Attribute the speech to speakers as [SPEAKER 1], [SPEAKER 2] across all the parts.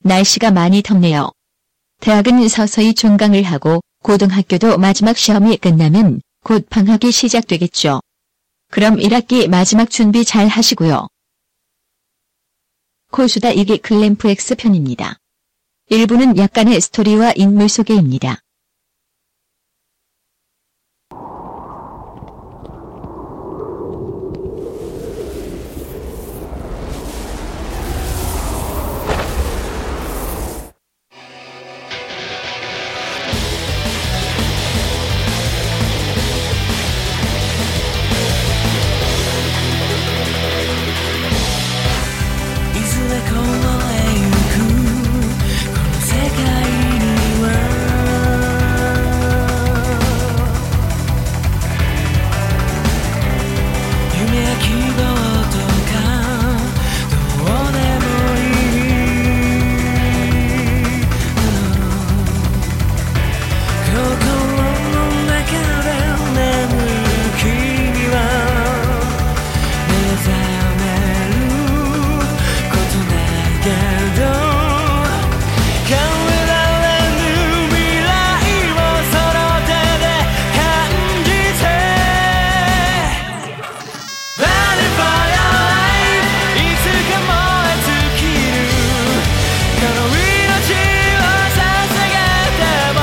[SPEAKER 1] 날씨가 많이 덥네요. 대학은 서서히 종강을 하고 고등학교도 마지막 시험이 끝나면 곧 방학이 시작되겠죠. 그럼 1학기 마지막 준비 잘 하시고요. 코수다 이기 클램프 X 편입니다. 일부는 약간의 스토리와 인물 소개입니다.
[SPEAKER 2] 「いずれこのへ行く」「この世界には」「夢や希望とかどうでもいい」「心の中で眠る君は」目覚めることないけど変えられぬ未来をその手で感じて Burning by your light いつか燃え尽きるこの命を捧げても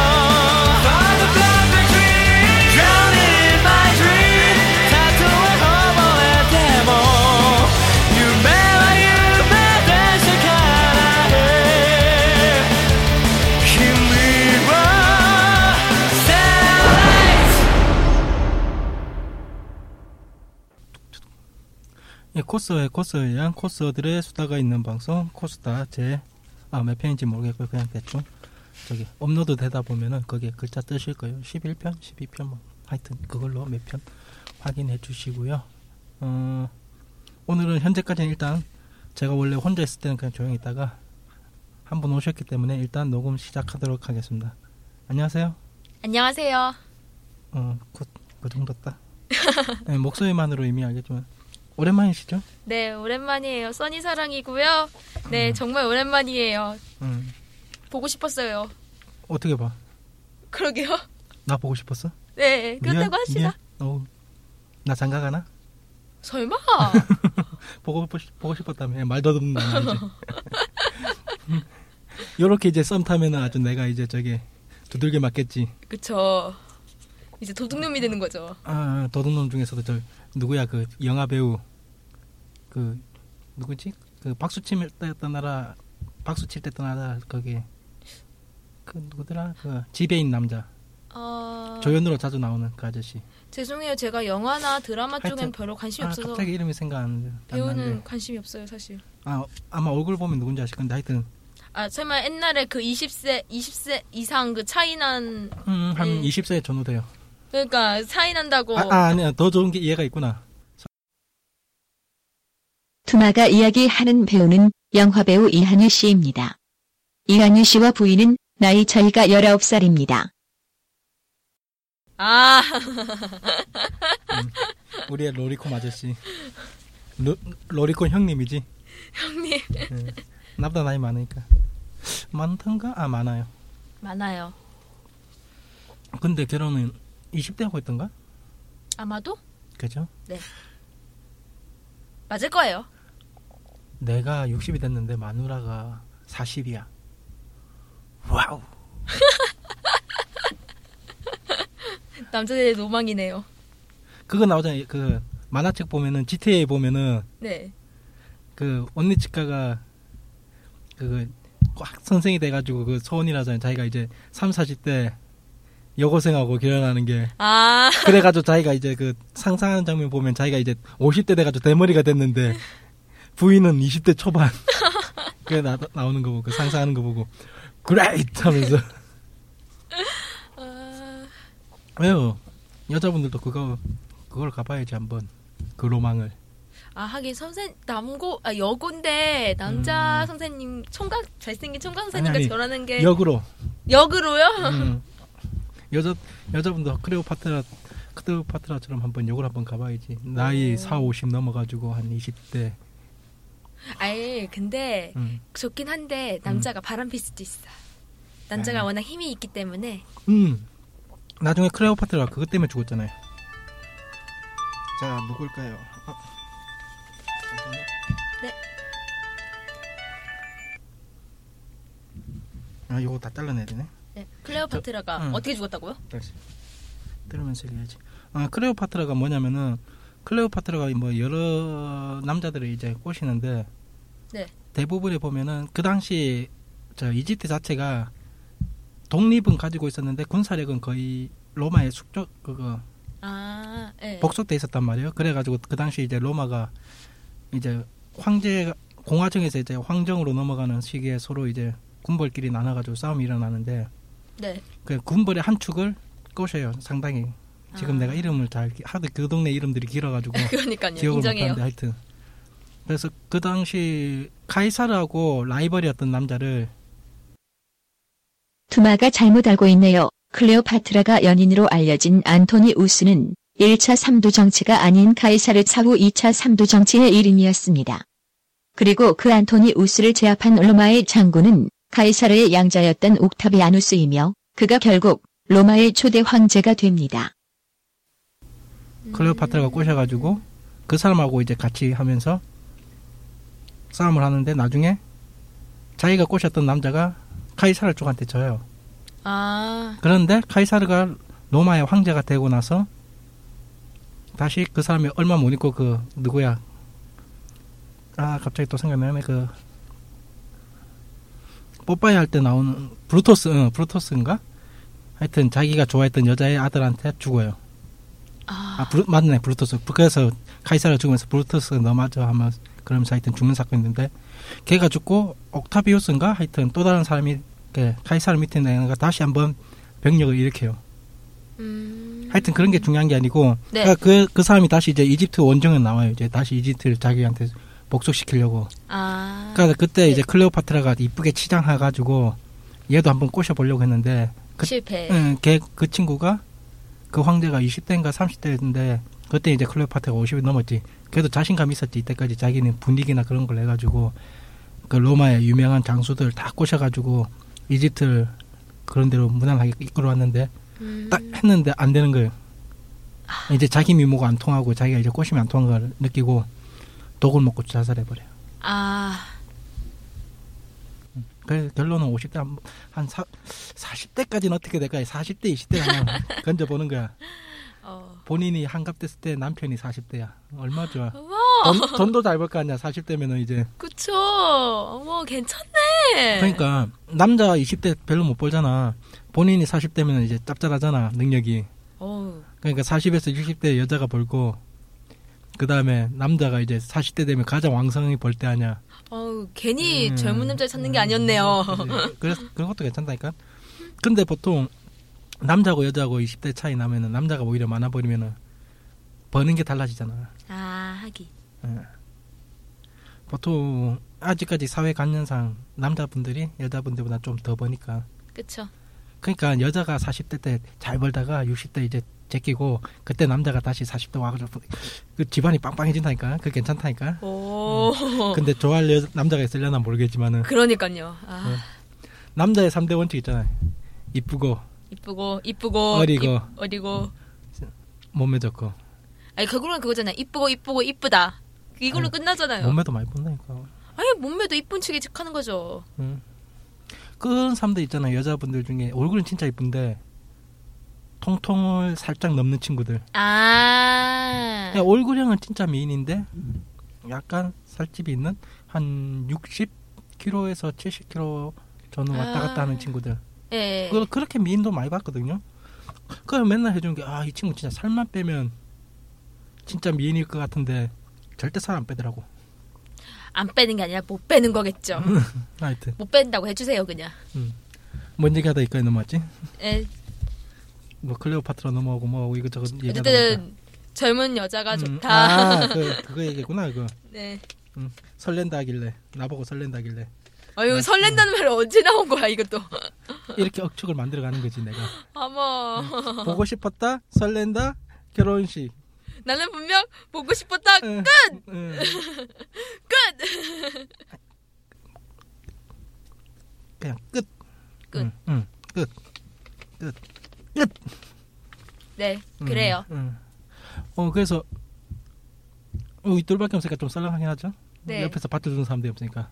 [SPEAKER 2] For the perfect dream Drowning in my dream たとえ溺れても夢は夢でしかない君を Starlight
[SPEAKER 3] 예, 코스에 코스에 의한 코스들의 수다가 있는 방송 코스다 제아몇 편인지 모르겠고요 그냥 대충 저기 업로드 되다 보면은 거기에 글자 뜨실 거예요 11편 12편 뭐 하여튼 그걸로 몇 편 확인해 주시고요 어, 오늘은 현재까지는 일단 제가 원래 혼자 있을 때는 그냥 조용히 있다가 한 분 오셨기 때문에 일단 녹음 시작하도록 하겠습니다 안녕하세요
[SPEAKER 4] 안녕하세요.
[SPEAKER 3] 어, 그, 그 정도다 예, 목소리만으로 이미 알겠지만 오랜만이시죠?
[SPEAKER 4] 네, 오랜만이에요. 써니 사랑이고요. 네, 정말 오랜만이에요.
[SPEAKER 3] 음,
[SPEAKER 4] 보고 싶었어요.
[SPEAKER 3] 어떻게 봐?
[SPEAKER 4] 그러게요.
[SPEAKER 3] 나 보고 싶었어?
[SPEAKER 4] 네, 그렇다고 합시다.
[SPEAKER 3] 어, 나 장가 가나?
[SPEAKER 4] 설마?
[SPEAKER 3] 보고 싶- 보고 싶었다며 예, 말 더듬는 남자 이제. 요렇게 이제 썸 타면은 아주 내가 이제 저기 두들겨 맞겠지.
[SPEAKER 4] 그쵸. 이제 도둑놈이 되는 거죠.
[SPEAKER 3] 아, 도둑놈 중에서도 저 누구야 그 영화 배우 그 누구지? 그 박수 칠때 떠나라 박수 칠 때 떠나라 거기 그 누구더라 그 지배인 남자
[SPEAKER 4] 아,
[SPEAKER 3] 조연으로 자주 나오는 그 아저씨.
[SPEAKER 4] 죄송해요. 제가 영화나 드라마
[SPEAKER 3] 하여튼,
[SPEAKER 4] 쪽엔 별로 관심이
[SPEAKER 3] 아
[SPEAKER 4] 없어서
[SPEAKER 3] 갑자기 이름이 생각 안 나는데.
[SPEAKER 4] 배우는 관심이 없어요, 사실.
[SPEAKER 3] 아 아마 얼굴 보면 누군지 아실 건데 하여튼
[SPEAKER 4] 아, 설마 옛날에 그 20세, 20세 이상 그 차이난
[SPEAKER 3] 음, 한
[SPEAKER 4] 네.
[SPEAKER 3] 20세 전후 돼요.
[SPEAKER 4] 그러니까 차이난다고
[SPEAKER 3] 아, 아, 아니야. 더 좋은 게 이해가 있구나.
[SPEAKER 1] 투마가 이야기하는 배우는 영화배우 이한유 씨입니다. 이한유 씨와 부인은 나이 차이가 19살입니다.
[SPEAKER 4] 아,
[SPEAKER 3] 우리의 로리콘 아저씨. 로, 로리콘 형님이지.
[SPEAKER 4] 형님
[SPEAKER 3] 네. 나보다 나이 많으니까. 많던가? 아, 많아요.
[SPEAKER 4] 많아요.
[SPEAKER 3] 근데 결혼은 20대 하고 했던가?
[SPEAKER 4] 아마도
[SPEAKER 3] 그죠?
[SPEAKER 4] 맞을 거예요.
[SPEAKER 3] 내가 60이 됐는데 마누라가 40이야. 와우.
[SPEAKER 4] 남자들의 로망이네요.
[SPEAKER 3] 그거 나오잖아요. 그 만화책 보면은 GTA 보면은
[SPEAKER 4] 네.
[SPEAKER 3] 그 언니 치카가 그꽉 선생이 돼가지고 그 소원이라잖아요. 자기가 이제 3, 40대 여고생하고 결혼하는 게
[SPEAKER 4] 아,
[SPEAKER 3] 그래가지고 자기가 이제 그 상상하는 장면 보면 자기가 이제 50대 돼가지고 대머리가 됐는데 부인은 20대 초반 그게 나, 나오는 거 보고 그 상상하는 거 보고 great 하면서
[SPEAKER 4] 아.
[SPEAKER 3] 왜요 여자분들도 그거 그걸 가봐야지 한번 그 로망을
[SPEAKER 4] 아 하긴 선생 남고 아 여고인데 남자
[SPEAKER 3] 음.
[SPEAKER 4] 선생님 총각 잘생긴 총각 선생님과
[SPEAKER 3] 아니, 아니,
[SPEAKER 4] 결혼하는 게
[SPEAKER 3] 역으로
[SPEAKER 4] 역... 으로요
[SPEAKER 3] 음. 여자 여자분도 크레오파트라 크레오파트라처럼 한번 욕을 한번 가봐야지 나이 4, 50 넘어가지고 한 20대
[SPEAKER 4] 아예 근데
[SPEAKER 3] 음.
[SPEAKER 4] 좋긴 한데 남자가 바람필 수도 있어. 남자가
[SPEAKER 3] 아.
[SPEAKER 4] 워낙 힘이 있기 때문에
[SPEAKER 3] 음. 나중에 크레오파트라 그것 때문에 죽었잖아요.
[SPEAKER 5] 자 누굴까요?
[SPEAKER 3] 어.
[SPEAKER 5] 아, 잠깐만.
[SPEAKER 4] 네.
[SPEAKER 3] 아, 이거 다 잘라내야 되네.
[SPEAKER 4] 네. 클레오파트라가
[SPEAKER 3] 저- 음.
[SPEAKER 4] 어떻게 죽었다고요?
[SPEAKER 3] 다시. 들으면서 얘기하지. 아, 클레오파트라가 뭐냐면은 클레오파트라가 뭐 여러 남자들을 이제 꼬시는데
[SPEAKER 4] 네.
[SPEAKER 3] 대부분이 보면은 그 당시 저 이집트 자체가 독립은 가지고 있었는데 군사력은 거의 로마의 숙적 그거
[SPEAKER 4] 아, 예.
[SPEAKER 3] 복속돼 있었단 말이에요. 그래가지고 그 당시 이제 로마가 이제 황제 공화정에서 이제 황정으로 넘어가는 시기에 서로 이제 군벌끼리 나눠가지고 싸움이 일어나는데
[SPEAKER 4] 네.
[SPEAKER 3] 그 군벌의 한 축을 꼬셔요. 상당히 지금
[SPEAKER 4] 아.
[SPEAKER 3] 내가 이름을 잘 기- 하도 그 동네 이름들이 길어가지고
[SPEAKER 4] 그러니까요.
[SPEAKER 3] 기억을
[SPEAKER 4] 인정해요.
[SPEAKER 3] 못하는데 하여튼 그래서 그 당시 카이사르하고 라이벌이었던 남자를
[SPEAKER 1] 투마가 잘못 알고 있네요. 클레오파트라가 연인으로 알려진 안토니 우스는 1차 삼두 정치가 아닌 카이사르 차후 2차 삼두 정치의 일인이었습니다. 그리고 그 안토니 우스를 제압한 로마의 장군은 카이사르의 양자였던 옥타비아누스이며 그가 결국 로마의 초대 황제가 됩니다.
[SPEAKER 4] 음.
[SPEAKER 3] 클레오파트라가 꼬셔가지고 그 사람하고 이제 같이 하면서 싸움을 하는데 나중에 자기가 꼬셨던 남자가 카이사르 쪽한테 져요.
[SPEAKER 4] 아,
[SPEAKER 3] 그런데 카이사르가 로마의 황제가 되고 나서 다시 그 사람이 얼마 못 있고 그 누구야 아 갑자기 또 생각나네 그 뽀빠이 할 때 나오는 브루토스 응 브루토스인가 하여튼 자기가 좋아했던 여자의 아들한테 죽어요
[SPEAKER 4] 아,
[SPEAKER 3] 아 브루, 맞네 브루토스 그래서 카이사르 죽으면서 브루토스 너마저 하면 그러면서 하여튼 죽는 사건이 있는데 걔가 죽고 옥타비우스인가 하여튼 또 다른 사람이 그 카이사르 밑에 있는 애가 다시 한번 병력을 일으켜요
[SPEAKER 4] 음.
[SPEAKER 3] 하여튼 그런 게 중요한 게 아니고
[SPEAKER 4] 네.
[SPEAKER 3] 그러니까 그, 그 사람이 다시 이제 이집트 원정에 나와요 이제 다시 이집트를 자기한테 복속시키려고
[SPEAKER 4] 아,
[SPEAKER 3] 그러니까 그때 이제 클레오파트라가 이쁘게 치장해가지고 얘도 한번 꼬셔보려고 했는데 그-
[SPEAKER 4] 실패.
[SPEAKER 3] 응, 걔 그 친구가 그 황제가 20대인가 30대인데 그때 이제 클레오파트가 50이 넘었지. 그래도 자신감 있었지. 이때까지 자기는 분위기나 그런 걸 해가지고 그 로마의 유명한 장수들 다 꼬셔가지고 이집트를 그런 대로 무난하게 이끌어왔는데
[SPEAKER 4] 음.
[SPEAKER 3] 딱 했는데 안 되는 거예요. 이제 자기 미모가 안 통하고 자기가 이제 꼬시면 안 통한 걸 느끼고 독을 먹고 자살해버려요.
[SPEAKER 4] 아,
[SPEAKER 3] 그래서 결론은 50대 한, 한 사, 40대까지는 어떻게 될까요? 40대, 20대 한번 건져보는 거야.
[SPEAKER 4] 어.
[SPEAKER 3] 본인이 한갑됐을 때 남편이 40대야. 얼마 좋아.
[SPEAKER 4] 어머,
[SPEAKER 3] 돈, 돈도 잘 벌 거 아니야. 40대면은 이제.
[SPEAKER 4] 그쵸. 어머, 괜찮네.
[SPEAKER 3] 그러니까 남자 20대 별로 못 벌잖아. 본인이 40대면은 이제 짭짤하잖아. 능력이.
[SPEAKER 4] 어우,
[SPEAKER 3] 그러니까 40에서 60대 여자가 벌고 그다음에 남자가 이제 40대 되면 가장 왕성히 벌 때 아니야.
[SPEAKER 4] 어우, 괜히
[SPEAKER 3] 음. 예.
[SPEAKER 4] 젊은 남자를 찾는 게 아니었네요.
[SPEAKER 3] 그치? 그래서 그런 것도 괜찮다니까. 근데 보통 남자고 여자고 20대 차이 나면은 남자가 오히려 많아 버리면은 버는 게 달라지잖아. 예.
[SPEAKER 4] 아, 하기.
[SPEAKER 3] 보통 아직까지 사회 관념상 남자분들이 여자분들보다 좀 더 버니까
[SPEAKER 4] 그쵸.
[SPEAKER 3] 그러니까 여자가 40대 때 잘 벌다가 60대 이제 제끼고 그때 남자가 다시 40대 와가지고 그 집안이 빵빵해진다니까 그 괜찮다니까
[SPEAKER 4] 오.
[SPEAKER 3] 근데 좋아할 여, 남자가 있으려나 모르겠지만은
[SPEAKER 4] 그러니까요. 아,
[SPEAKER 3] 네. 남자의 3대 원칙 있잖아요 이쁘고
[SPEAKER 4] 이쁘고, 이쁘고.
[SPEAKER 3] 어리고.
[SPEAKER 4] 이- 어리고.
[SPEAKER 3] 몸매 좋고
[SPEAKER 4] 아니, 결국은 그거잖아요. 이쁘고, 이쁘고, 이쁘다. 이걸로
[SPEAKER 3] 음.
[SPEAKER 4] 끝나잖아요.
[SPEAKER 3] 몸매도 많이 본다니까
[SPEAKER 4] 아니, 몸매도 이쁜 측에 직하는 거죠.
[SPEAKER 3] 음. 그런 사람들 있잖아요 여자분들 중에 얼굴은 진짜 이쁜데 통통을 살짝 넘는 친구들
[SPEAKER 4] 아.
[SPEAKER 3] 그냥 네, 얼굴형은 진짜 미인인데 약간 살집이 있는 한 60kg에서 70kg 저는 왔다 갔다
[SPEAKER 4] 아.
[SPEAKER 3] 하는 친구들
[SPEAKER 4] 예.
[SPEAKER 3] 그걸 그렇게 미인도 많이 봤거든요 그걸 맨날 해주는 게 아 이 친구 진짜 살만 빼면 진짜 미인일 것 같은데 절대 살 안 빼더라고
[SPEAKER 4] 안 빼는 게 아니라 못 빼는 거겠죠.
[SPEAKER 3] 음. 하여튼 음.
[SPEAKER 4] 못 뺀다고 해주세요, 그냥.
[SPEAKER 3] 뭔 얘기하다 여기까지 넘어왔지
[SPEAKER 4] 예.
[SPEAKER 3] 뭐 클레오파트라 넘어오고 뭐 이것저것 얘기하다 보니까.
[SPEAKER 4] 어쨌든, 젊은 여자가
[SPEAKER 3] 음,
[SPEAKER 4] 네, 좋다.
[SPEAKER 3] 아, 그, 그거 얘기구나 그거 음,
[SPEAKER 4] 네.
[SPEAKER 3] 설렌다 하길래 나보고 설렌다 하길래
[SPEAKER 4] 아유, 설렌다는 말 언제 나온 거야, 이것도.
[SPEAKER 3] 이렇게 억측을 만들어가는 거지 내가
[SPEAKER 4] 어머.
[SPEAKER 3] 보고 싶었다 설렌다 결혼식
[SPEAKER 4] 나는 분명 보고 싶었다.
[SPEAKER 3] 끝!
[SPEAKER 4] 끝!
[SPEAKER 3] 그냥 끝.
[SPEAKER 4] 끝.
[SPEAKER 3] 응, 응, 끝.
[SPEAKER 4] 네,
[SPEAKER 3] 음,
[SPEAKER 4] 그래요.
[SPEAKER 3] 음. 어 그래서 어, 이 둘밖에 없으니까 좀 썰렁하긴 하죠.
[SPEAKER 4] 네.
[SPEAKER 3] 옆에서 받쳐주는 사람도 없으니까.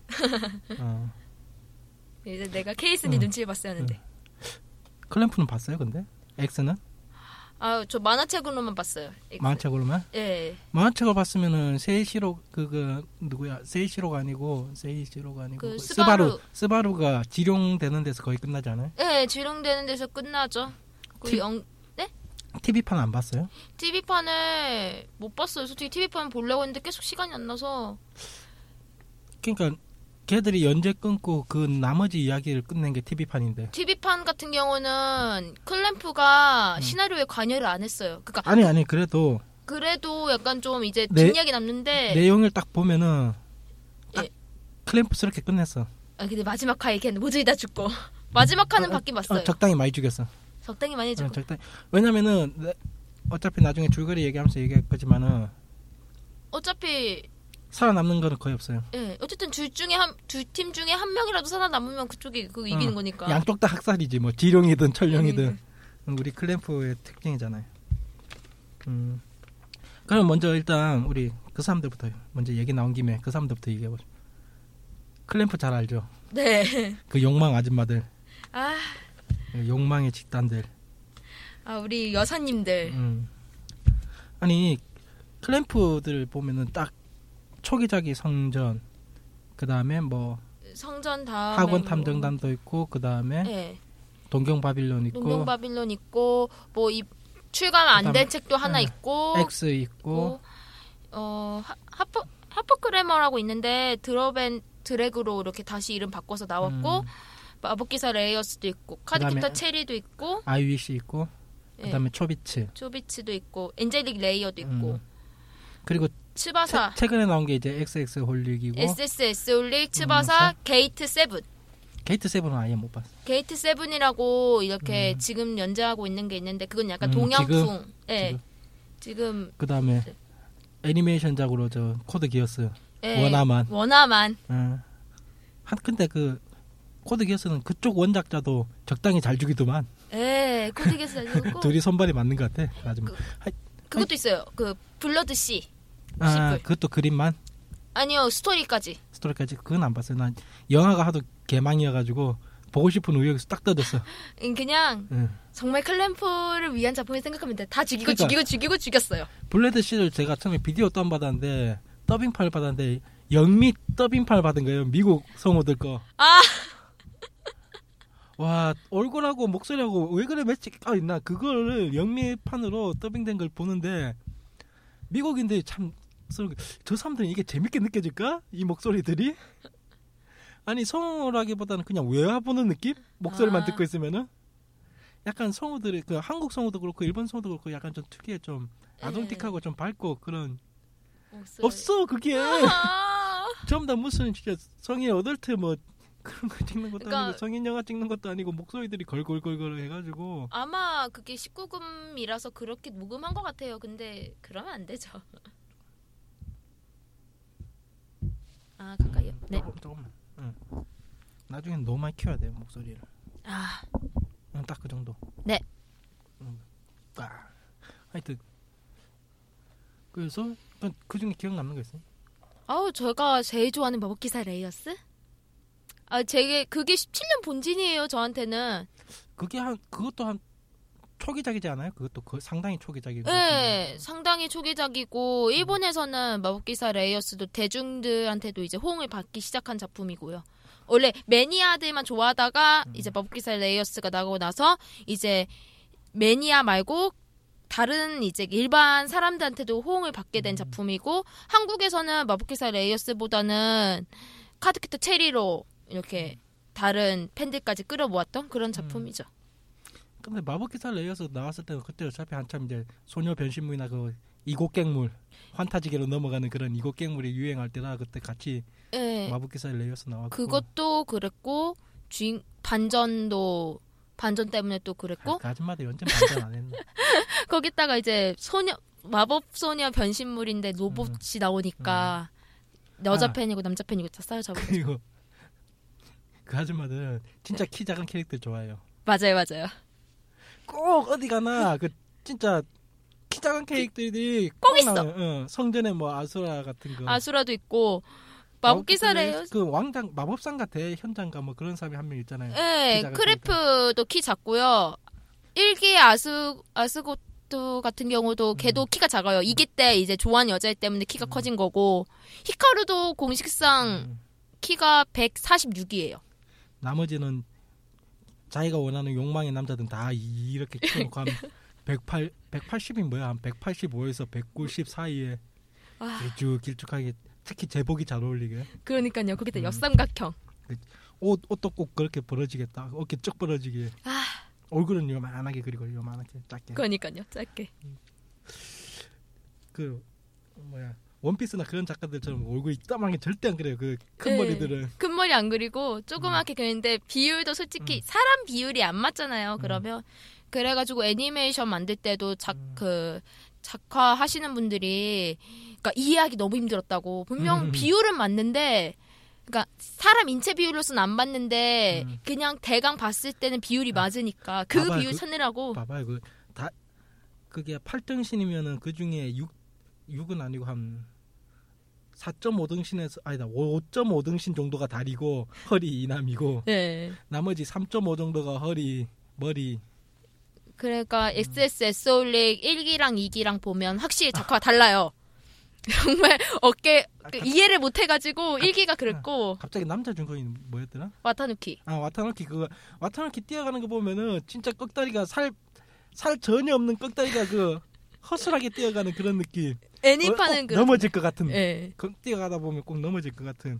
[SPEAKER 3] 어.
[SPEAKER 4] 이제 내가 케이슨이
[SPEAKER 3] 음.
[SPEAKER 4] 눈치를 봤어야 하는데.
[SPEAKER 3] 클램프는 봤어요, 근데 엑스는
[SPEAKER 4] 아, 저 만화책으로만 봤어요. 엑스.
[SPEAKER 3] 만화책으로만.
[SPEAKER 4] 예.
[SPEAKER 3] 만화책을 봤으면은 세이시로 그그 누구야 세이시로가 아니고 세이시로가 아니고
[SPEAKER 4] 그
[SPEAKER 3] 그
[SPEAKER 4] 스바루.
[SPEAKER 3] 스바루 가 지룡되는 데서 거의 끝나지 않아요?
[SPEAKER 4] 예, 주령되는 데서 끝나죠. 우리
[SPEAKER 3] 티-
[SPEAKER 4] 영,
[SPEAKER 3] TV판 안 봤어요?
[SPEAKER 4] TV판을 못 봤어요. 솔직히 TV판 보려고 했는데 계속 시간이 안 나서.
[SPEAKER 3] 그러니까 걔들이 연재 끊고 그 나머지 이야기를 끝낸 게 TV판인데.
[SPEAKER 4] TV판 같은 경우는 클램프가
[SPEAKER 3] 음.
[SPEAKER 4] 시나리오에 관여를 안 했어요. 그러니까
[SPEAKER 3] 아니 아니 그래도
[SPEAKER 4] 그래도 약간 좀 이제
[SPEAKER 3] 네.
[SPEAKER 4] 뒷이야기 남는데
[SPEAKER 3] 내용을 딱 보면은 딱
[SPEAKER 4] 예.
[SPEAKER 3] 클램프스럽게 끝냈어.
[SPEAKER 4] 아, 근데 마지막 화에 걔는 모조리 다 죽고 마지막 화는
[SPEAKER 3] 어, 어,
[SPEAKER 4] 받긴 봤어요.
[SPEAKER 3] 어, 적당히 많이 죽였어.
[SPEAKER 4] 적당히 많이
[SPEAKER 3] 어,
[SPEAKER 4] 죽고.
[SPEAKER 3] 적당히. 왜냐면은 내- 어차피 나중에 줄거리 얘기하면서 얘기할 거지만은
[SPEAKER 4] 어차피
[SPEAKER 3] 살아남는 거는 거의 없어요.
[SPEAKER 4] 예, 어쨌든 둘 중에 한 두 팀 중에 한 명이라도 살아남으면 그쪽이 그 이기는
[SPEAKER 3] 어,
[SPEAKER 4] 거니까. 네,
[SPEAKER 3] 양쪽 다 학살이지 뭐 지룡이든 철룡이든 우리 클램프의 특징이잖아요. 음. 그럼 먼저 일단 우리 그 사람들부터 먼저 얘기 나온 김에 그 사람들부터 얘기해 보죠. 클램프 잘 알죠?
[SPEAKER 4] 네.
[SPEAKER 3] 그 욕망 아줌마들,
[SPEAKER 4] 아,
[SPEAKER 3] 그 욕망의 집단들.
[SPEAKER 4] 아, 우리 여사님들.
[SPEAKER 3] 음. 아니 클램프들 보면은 딱 초기자기 성전 그 다음에 뭐
[SPEAKER 4] 성전 다음에
[SPEAKER 3] 학원
[SPEAKER 4] 뭐-
[SPEAKER 3] 탐정단도 있고 그 다음에
[SPEAKER 4] 예.
[SPEAKER 3] 동경 바빌론 있고
[SPEAKER 4] 농경 바빌론 있고 뭐 이 출간 안 된
[SPEAKER 3] 그다음-
[SPEAKER 4] 책도 하나
[SPEAKER 3] 예.
[SPEAKER 4] 있고
[SPEAKER 3] 엑스 있고
[SPEAKER 4] 있고, 어 하- 하퍼 하퍼 크래머라고 있는데 드러벤 드래그로 이렇게 다시 이름 바꿔서 나왔고
[SPEAKER 3] 음,
[SPEAKER 4] 마법기사 레이어스도 있고 카드키터
[SPEAKER 3] 그다음에-
[SPEAKER 4] 체리도 있고
[SPEAKER 3] 아이위시 있고
[SPEAKER 4] 예,
[SPEAKER 3] 그 다음에 초비츠
[SPEAKER 4] 초비츠도 있고 엔젤릭 레이어도 있고
[SPEAKER 3] 음. 그리고
[SPEAKER 4] 츠바사
[SPEAKER 3] 채- 최근에 나온 게 이제 XX 홀릭이고
[SPEAKER 4] SSS 올릭
[SPEAKER 3] 사-
[SPEAKER 4] 츠바사 게이트 세븐
[SPEAKER 3] 게이트 세븐은 아예 못 봤어.
[SPEAKER 4] 게이트 세븐이라고 이렇게 지금 연재하고 있는 게 있는데 그건 약간
[SPEAKER 3] 음,
[SPEAKER 4] 동양풍 예 지금,
[SPEAKER 3] 그 다음에 애니메이션작으로 저 코드 기어스
[SPEAKER 4] 예,
[SPEAKER 3] 원화만.
[SPEAKER 4] 원화만
[SPEAKER 3] 어. 한 근데 그 코드 기어스는 그쪽 원작자도 적당히 잘 주기도만
[SPEAKER 4] 예 코드게스 고
[SPEAKER 3] 둘이 선발이 맞는 것 같아. 아줌마.
[SPEAKER 4] 그것도 있어요 그 블러드 씨
[SPEAKER 3] 아,
[SPEAKER 4] 시끌.
[SPEAKER 3] 그것도 그림만
[SPEAKER 4] 아니요 스토리까지
[SPEAKER 3] 스토리까지 그건 안 봤어요. 난 영화가 하도 개망이어가지고 보고 싶은 의욕에서 딱 떠졌어. 예.
[SPEAKER 4] 음, 그냥
[SPEAKER 3] 응.
[SPEAKER 4] 정말 클램프를 위한 작품이 생각하면 돼다 죽이고
[SPEAKER 3] 그러니까.
[SPEAKER 4] 죽이고 죽이고 죽였어요
[SPEAKER 3] 블레드 씨를 제가 처음에 비디오 다운 받았는데 더빙판을 받았는데 영미 더빙판을 받은 거예요. 미국 성우들 거.
[SPEAKER 4] 아
[SPEAKER 3] 와 얼굴하고 목소리하고 왜 그래 매치 아 있나 그거를 영미판으로 더빙된 걸 보는데 미국인들이 참 서로 저 사람들은 이게 재밌게 느껴질까 이 목소리들이 아니 성우라기보다는 그냥 외화보는 느낌 목소리만
[SPEAKER 4] 아.
[SPEAKER 3] 듣고 있으면은 약간 성우들이 그 한국 성우도 그렇고 일본 성우도 그렇고 약간 좀 특유의 좀 아동틱하고 좀 밝고 그런
[SPEAKER 4] 없어요.
[SPEAKER 3] 없어 그게
[SPEAKER 4] 아,
[SPEAKER 3] 전부 다 무슨 진짜 성인 어덜트 뭐 그런 거 찍는 것도
[SPEAKER 4] 그러니까-
[SPEAKER 3] 아니고 성인 영화 찍는 것도 아니고 목소리들이 걸걸걸걸 해가지고
[SPEAKER 4] 아마 그게 19금이라서 그렇게 녹음한 것 같아요 근데 그러면 안 되죠 아 가까이요 네
[SPEAKER 3] 조금, 조금만 어, 응. 나중엔 너무 많이 키워야 돼요 목소리를
[SPEAKER 4] 아,
[SPEAKER 3] 딱 그 정도
[SPEAKER 4] 네.
[SPEAKER 3] 음, 아. 하여튼 그래서 그- 그 중에 기억 남는 거 있어요?
[SPEAKER 4] 아우 제가 제일 좋아하는 마법기사 레이어스? 아 제게 그게 17년 본진이에요 저한테는
[SPEAKER 3] 그게 한 그것도 한 초기작이지 않아요? 그것도 그 상당히 초기작이고
[SPEAKER 4] 네 상당히 초기작이고 일본에서는 마법기사 레이어스도 대중들한테도 이제 호응을 받기 시작한 작품이고요 원래 매니아들만 좋아하다가 이제 마법기사 레이어스가 나오고 나서 이제 매니아 말고 다른 이제 일반 사람들한테도 호응을 받게 된 작품이고 한국에서는 마법기사 레이어스보다는 카드키터 체리로 이렇게 다른 팬들까지 끌어모았던 그런 작품이죠.
[SPEAKER 3] 근데 마법기사 레이어서 나왔을 때는 그때 어차피 한참 이제 소녀 변신물이나 그 이곡갱물 환타지계로 넘어가는 그런 이곡갱물이 유행할 때라 그때 같이
[SPEAKER 4] 예.
[SPEAKER 3] 마법기사 레이어서 나왔고
[SPEAKER 4] 그것도 그랬고 주인 반전도 반전 때문에 또
[SPEAKER 3] 아,
[SPEAKER 4] 그랬고
[SPEAKER 3] 그 아줌마들 연전 반전 안 했나
[SPEAKER 4] 거기다가 이제 소녀 마법소녀 변신물인데 로봇이 나오니까 여자
[SPEAKER 3] 음. 아.
[SPEAKER 4] 팬이고 남자 팬이고 다 싸우자고
[SPEAKER 3] 그리고 그 아줌마들은 진짜 키 작은 캐릭터 좋아해요.
[SPEAKER 4] 맞아요 맞아요
[SPEAKER 3] 꼭 어디 가나 그 진짜 키 작은 캐릭터들이
[SPEAKER 4] 꼭 있어.
[SPEAKER 3] 나와요. 응, 성전에 뭐 아수라 같은 거.
[SPEAKER 4] 아수라도 있고 마법기사래요
[SPEAKER 3] 그 왕장 마법상 같아 현장가 뭐 그런 사람이 한 명 네, 있잖아요. 키
[SPEAKER 4] 예
[SPEAKER 3] 작은
[SPEAKER 4] 크레프도 키 작고요 일기 아스 아스고토 같은 경우도
[SPEAKER 3] 음.
[SPEAKER 4] 걔도 키가 작아요 이기 때 이제 좋아하는 여자애 때문에 키가 커진 거고 히카루도 공식상
[SPEAKER 3] 음.
[SPEAKER 4] 키가 146이에요
[SPEAKER 3] 나머지는 자기가 원하는 욕망의 남자들은 다 이렇게 키워놓고 한 108, 180이 뭐야? 한 185에서 190 사이에
[SPEAKER 4] 아.
[SPEAKER 3] 길쭉 길쭉하게 특히 제복이 잘 어울리게
[SPEAKER 4] 그러니까요
[SPEAKER 3] 음.
[SPEAKER 4] 거기다 역삼각형
[SPEAKER 3] 옷 옷도 꼭 그렇게 벌어지겠다 어깨 쭉 벌어지게 얼굴은 요만하게 그리고 요만하게 작게
[SPEAKER 4] 아. 그러니까요 짧게
[SPEAKER 3] 그 뭐야 원피스나 그런 작가들처럼 얼굴 이따만게 절대 안 그래요 그 큰
[SPEAKER 4] 네.
[SPEAKER 3] 머리들은
[SPEAKER 4] 큰 머리 안 그리고
[SPEAKER 3] 음.
[SPEAKER 4] 조그맣게 그리는데 비율도 솔직히 사람 비율이 안 맞잖아요.
[SPEAKER 3] 음.
[SPEAKER 4] 그러면 그래가지고 애니메이션 만들 때도
[SPEAKER 3] 음.
[SPEAKER 4] 작 그 작화 하시는 분들이 그러니까 이해하기 너무 힘들었다고 분명
[SPEAKER 3] 음.
[SPEAKER 4] 비율은 맞는데 그러니까 사람 인체 비율로서는 안 맞는데
[SPEAKER 3] 음. 아.
[SPEAKER 4] 그냥 대강 봤을 때는 비율이 맞으니까 그
[SPEAKER 3] 봐봐요,
[SPEAKER 4] 비율
[SPEAKER 3] 그-
[SPEAKER 4] 찾느라고
[SPEAKER 3] 봐봐요 그 다 그게 8등신이면은 그 중에 6 6은 아니고 한 4.5등신에서 아니다 5.5등신 정도가 다리고 허리 이남이고
[SPEAKER 4] 네.
[SPEAKER 3] 나머지 3.5 정도가 허리 머리 음.
[SPEAKER 4] 그러니까 XSS 올릭 1기랑 2기랑 보면 확실히
[SPEAKER 3] 아.
[SPEAKER 4] 작화가 달라요. 정말 어깨 그 이해를 못 해가지고
[SPEAKER 3] 아,
[SPEAKER 4] 1기가 그랬고
[SPEAKER 3] 갑자기 남자 주인공이 뭐였더라?
[SPEAKER 4] 와타누키.
[SPEAKER 3] 아 와타나키 그거 와타나키 뛰어가는 거 보면은 진짜 꺽다리가 살 살 전혀 없는 꺽다리가 그 허술하게 뛰어가는 그런 느낌
[SPEAKER 4] 애니판은
[SPEAKER 3] 어, 꼭
[SPEAKER 4] 그
[SPEAKER 3] 넘어질 것 같은
[SPEAKER 4] 예.
[SPEAKER 3] 그 뛰어가다 보면 꼭 넘어질 것 같은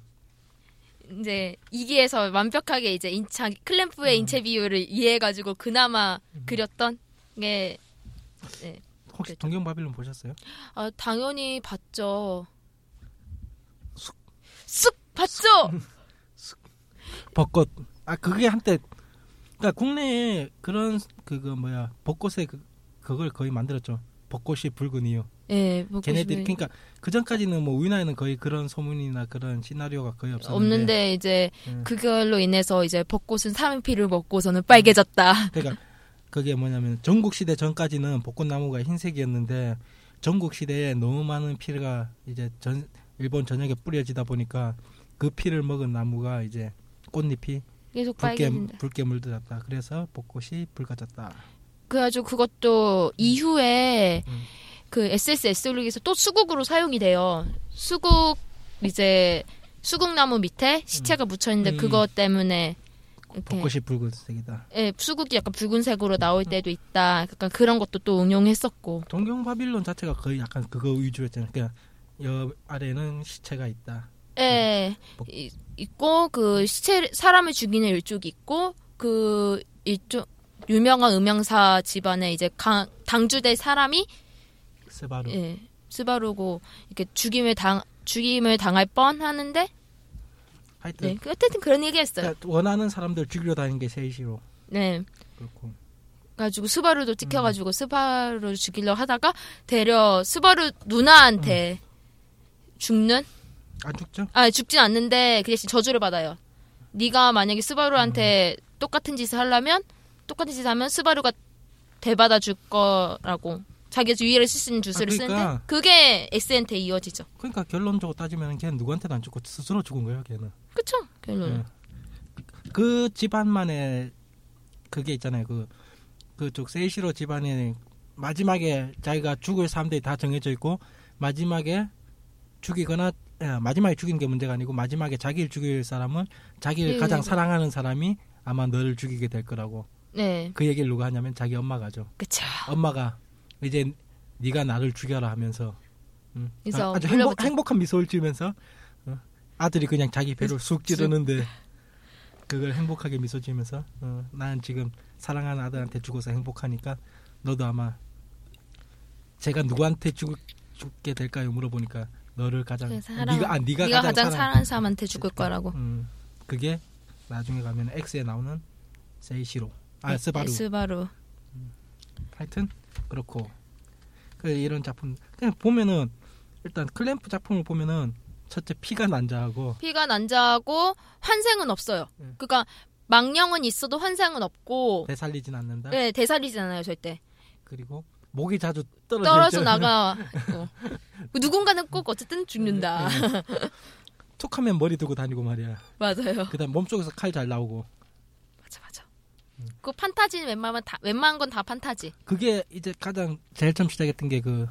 [SPEAKER 4] 이제 2기에서 완벽하게 이제 인차 클램프의
[SPEAKER 3] 음.
[SPEAKER 4] 인체 비율을 이해해가지고 그나마 그렸던 예. 게
[SPEAKER 3] 혹시
[SPEAKER 4] 그렇죠.
[SPEAKER 3] 동경 바빌론 보셨어요?
[SPEAKER 4] 아, 당연히 봤죠. 쑥 봤죠.
[SPEAKER 3] 벚꽃 아 그게 한때 그러니까 국내에 그런 그거 뭐야 벚꽃에 그, 그걸 거의 만들었죠 벚꽃이 붉은 이유
[SPEAKER 4] 예, 보고
[SPEAKER 3] 걔네들이
[SPEAKER 4] 싶은-
[SPEAKER 3] 그러니까 그 전까지는 뭐 우리나라에는 거의 그런 소문이나 그런 시나리오가 거의 없었는데
[SPEAKER 4] 없는데 이제
[SPEAKER 3] 음.
[SPEAKER 4] 그걸로 인해서 이제 벚꽃은 삼피를 먹고서는 빨개졌다.
[SPEAKER 3] 그러니까 그게 뭐냐면 전국 시대 전까지는 벚꽃나무가 흰색이었는데 전국 시대에 너무 많은 피가 이제 전 일본 전역에 뿌려지다 보니까 그 피를 먹은 나무가 이제 꽃잎이
[SPEAKER 4] 계속
[SPEAKER 3] 붉게
[SPEAKER 4] 빨개진다.
[SPEAKER 3] 붉게 물들었다. 그래서 벚꽃이 붉어졌다.
[SPEAKER 4] 그래가지고 그것도 이후에
[SPEAKER 3] 음.
[SPEAKER 4] 그 SSS올릭에서 또 수국으로 사용이 돼요. 수국 이제 수국나무 밑에 시체가 묻혀 있는데
[SPEAKER 3] 음. 그
[SPEAKER 4] 그것 때문에 이렇게
[SPEAKER 3] 벚꽃이 음. 붉은색이다.
[SPEAKER 4] 예, 수국이 약간 붉은색으로 나올 때도 있다. 약간 그런 것도 또 응용했었고.
[SPEAKER 3] 동경 바빌론 자체가 거의 약간 그거 위주였잖아요. 그러니까 여 아래는 시체가 있다.
[SPEAKER 4] 예.
[SPEAKER 3] 뭐-
[SPEAKER 4] 이- 있고 그 시체 사람을 죽이는 일족이 있고 그 일족 유명한 음영사 집안에 이제 강, 당주될 사람이
[SPEAKER 3] 스바루.
[SPEAKER 4] 예, 스바루고 이렇게 죽임을 당 죽임을 당할 뻔 하는데
[SPEAKER 3] 하여튼
[SPEAKER 4] 네, 그 어쨌든 그런 얘기했어요.
[SPEAKER 3] 그러니까 원하는 사람들 죽이려 다니는 게 세이시로
[SPEAKER 4] 네.
[SPEAKER 3] 그렇고.
[SPEAKER 4] 가지고 스바루도 찍혀가지고 스바루를 죽이려 하다가 데려 스바루 누나한테 죽는
[SPEAKER 3] 안 죽죠?
[SPEAKER 4] 아 죽진 않는데 그 대신 저주를 받아요. 네가 만약에 스바루한테 똑같은 짓을 하려면 똑같은 짓을 하면 스바루가 대받아 줄 거라고 자기가 유일하게 쓸 수 있는 주스를
[SPEAKER 3] 아, 그러니까.
[SPEAKER 4] 쓰는데 그게 S한테 이어지죠.
[SPEAKER 3] 그러니까 결론적으로 따지면 걔는 누구한테도 안 죽고 스스로 죽은 거예요, 걔는.
[SPEAKER 4] 그쵸? 결론은.
[SPEAKER 3] 예. 그 집안만의 그게 있잖아요. 그 그쪽 세이시로 집안에 마지막에 자기가 죽을 사람들이 다 정해져 있고 마지막에 죽이거나 예, 마지막에 죽이는 게 문제가 아니고 마지막에 자기를 죽일 사람은 자기를
[SPEAKER 4] 예,
[SPEAKER 3] 가장
[SPEAKER 4] 예.
[SPEAKER 3] 사랑하는 사람이 아마 너를 죽이게 될 거라고
[SPEAKER 4] 네.
[SPEAKER 3] 그 얘기를 누가 하냐면 자기 엄마가죠.
[SPEAKER 4] 그쵸.
[SPEAKER 3] 엄마가 이제 네가 나를 죽여라 하면서 음,
[SPEAKER 4] 그래서
[SPEAKER 3] 아, 아주
[SPEAKER 4] 몰라봤죠.
[SPEAKER 3] 행복, 행복한 미소를 지으면서 어, 아들이 그냥 자기 배를 쑥
[SPEAKER 4] 네.
[SPEAKER 3] 찌르는데 그걸 행복하게 미소 지으면서 어, 나는 지금 사랑하는 아들한테 죽어서 행복하니까 너도 아마 제가 누구한테 죽, 죽게 될까요 물어보니까 너를 가장
[SPEAKER 4] 그 사랑-
[SPEAKER 3] 네가 아 네가,
[SPEAKER 4] 네가
[SPEAKER 3] 가장,
[SPEAKER 4] 가장
[SPEAKER 3] 사랑
[SPEAKER 4] 사랑하는 사람한테 죽을 거라고.
[SPEAKER 3] 음, 그게 나중에 가면 X에 나오는
[SPEAKER 4] 네,
[SPEAKER 3] 세이시로 아 스바루
[SPEAKER 4] 스바루.
[SPEAKER 3] 하여튼 그렇고 그 이런 작품 그냥 보면은 일단 클램프 작품을 보면은 첫째 피가 난자하고
[SPEAKER 4] 피가 난자하고 환생은 없어요.
[SPEAKER 3] 음.
[SPEAKER 4] 그러니까 망령은 있어도 환생은 없고
[SPEAKER 3] 되살리진 않는다.
[SPEAKER 4] 네, 대살이지 않아요 절대.
[SPEAKER 3] 그리고 목이 자주 떨어져,
[SPEAKER 4] 떨어져
[SPEAKER 3] 있죠.
[SPEAKER 4] 나가. 있고. 누군가는 꼭 어쨌든
[SPEAKER 3] 네,
[SPEAKER 4] 죽는다.
[SPEAKER 3] 툭하면 머리 들고 다니고 말이야.
[SPEAKER 4] 맞아요.
[SPEAKER 3] 그다음 몸속에서 칼 잘 나오고
[SPEAKER 4] 맞아 맞아. 그 판타지는 웬만하면 다 웬만한 건 다 판타지.
[SPEAKER 3] 그게 이제 가장 제일 처음 시작했던 게 그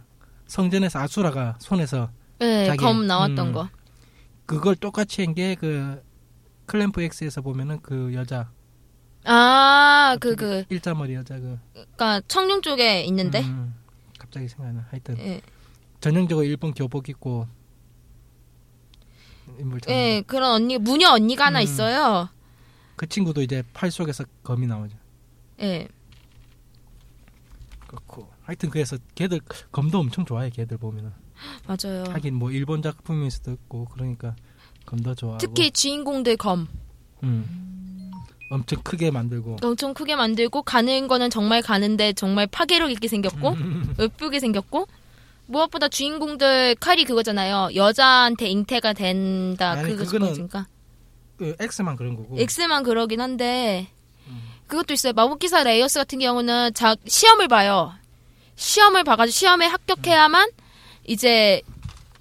[SPEAKER 3] 성전에서 아수라가 손에서
[SPEAKER 4] 네,
[SPEAKER 3] 자기-
[SPEAKER 4] 검 나왔던
[SPEAKER 3] 음.
[SPEAKER 4] 거.
[SPEAKER 3] 그걸 똑같이 한 게 그 클램프 X에서 보면은 그 여자
[SPEAKER 4] 아, 그, 그,
[SPEAKER 3] 일자머리 여자 그
[SPEAKER 4] 그니까, 청룡 쪽에 있는데?
[SPEAKER 3] 음, 갑자기 생각나. 하여튼
[SPEAKER 4] 예,
[SPEAKER 3] 전형적으로 일본 교복 입고 인물 참.
[SPEAKER 4] 예, 그런 언니, 무녀 언니가 하나
[SPEAKER 3] 음.
[SPEAKER 4] 있어요.
[SPEAKER 3] 그 친구도 이제 팔 속에서 검이 나오죠.
[SPEAKER 4] 예.
[SPEAKER 3] 그렇고. 하여튼 그래서 걔들 검도 엄청 좋아해. 걔들 보면은
[SPEAKER 4] 맞아요.
[SPEAKER 3] 하긴 뭐 일본 작품일 수도 있고 그러니까 검도 좋아하고.
[SPEAKER 4] 특히 주인공들 검.
[SPEAKER 3] 음. 엄청 크게 만들고.
[SPEAKER 4] 엄청 크게 만들고, 가는 거는 정말 가는데, 정말 파괴력 있게 생겼고, 예쁘게 생겼고, 무엇보다 주인공들 칼이 그거잖아요. 여자한테 잉태가 된다.
[SPEAKER 3] 아니,
[SPEAKER 4] 그거
[SPEAKER 3] 그거는
[SPEAKER 4] 그거니까.
[SPEAKER 3] 그 X만 그런 거고.
[SPEAKER 4] 엑스만 그러긴 한데 그것도 있어요. 마법기사 레이어스 같은 경우는 자, 시험을 봐요. 시험을 봐가지고 시험에 합격해야만 이제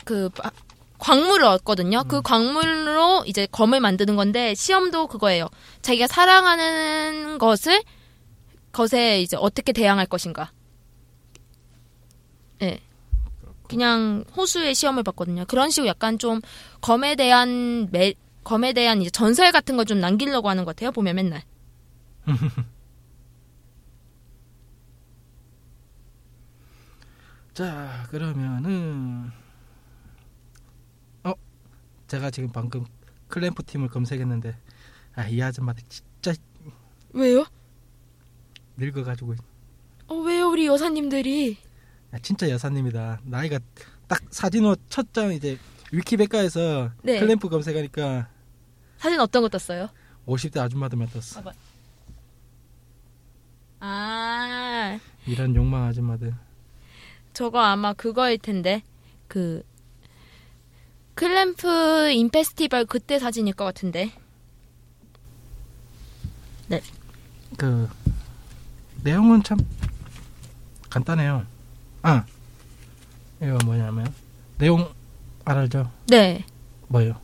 [SPEAKER 4] 그 바- 광물을 얻거든요. 그 광물로 이제 검을 만드는 건데 시험도 그거예요. 자기가 사랑하는 것을 것에 이제 어떻게 대항할 것인가. 예. 그냥 호수의 시험을 봤거든요. 그런 식으로 약간 좀 검에 대한 매, 검에 대한 이제 전설 같은 거 좀 남기려고 하는 것 같아요. 보면 맨날.
[SPEAKER 3] 자 그러면은 어 제가 지금 방금 클램프 팀을 검색했는데 아 이 아줌마들 진짜
[SPEAKER 4] 왜요?
[SPEAKER 3] 늙어가지고
[SPEAKER 4] 어 왜요 우리 여사님들이?
[SPEAKER 3] 아, 진짜 여사님이다 나이가 딱 사진호 첫 장 이제 위키백과에서
[SPEAKER 4] 네.
[SPEAKER 3] 클램프 검색하니까
[SPEAKER 4] 사진 어떤 거 떴어요?
[SPEAKER 3] 50대 아줌마들만 떴어
[SPEAKER 4] 아, 맞- 아
[SPEAKER 3] 이런 욕망 아줌마들
[SPEAKER 4] 저거 아마 그거일 텐데 그 클램프 인페스티벌 그때 사진일 것 같은데
[SPEAKER 3] 그 내용은 참 간단해요 아 이거 뭐냐면 내용 알아죠
[SPEAKER 4] 네
[SPEAKER 3] 뭐요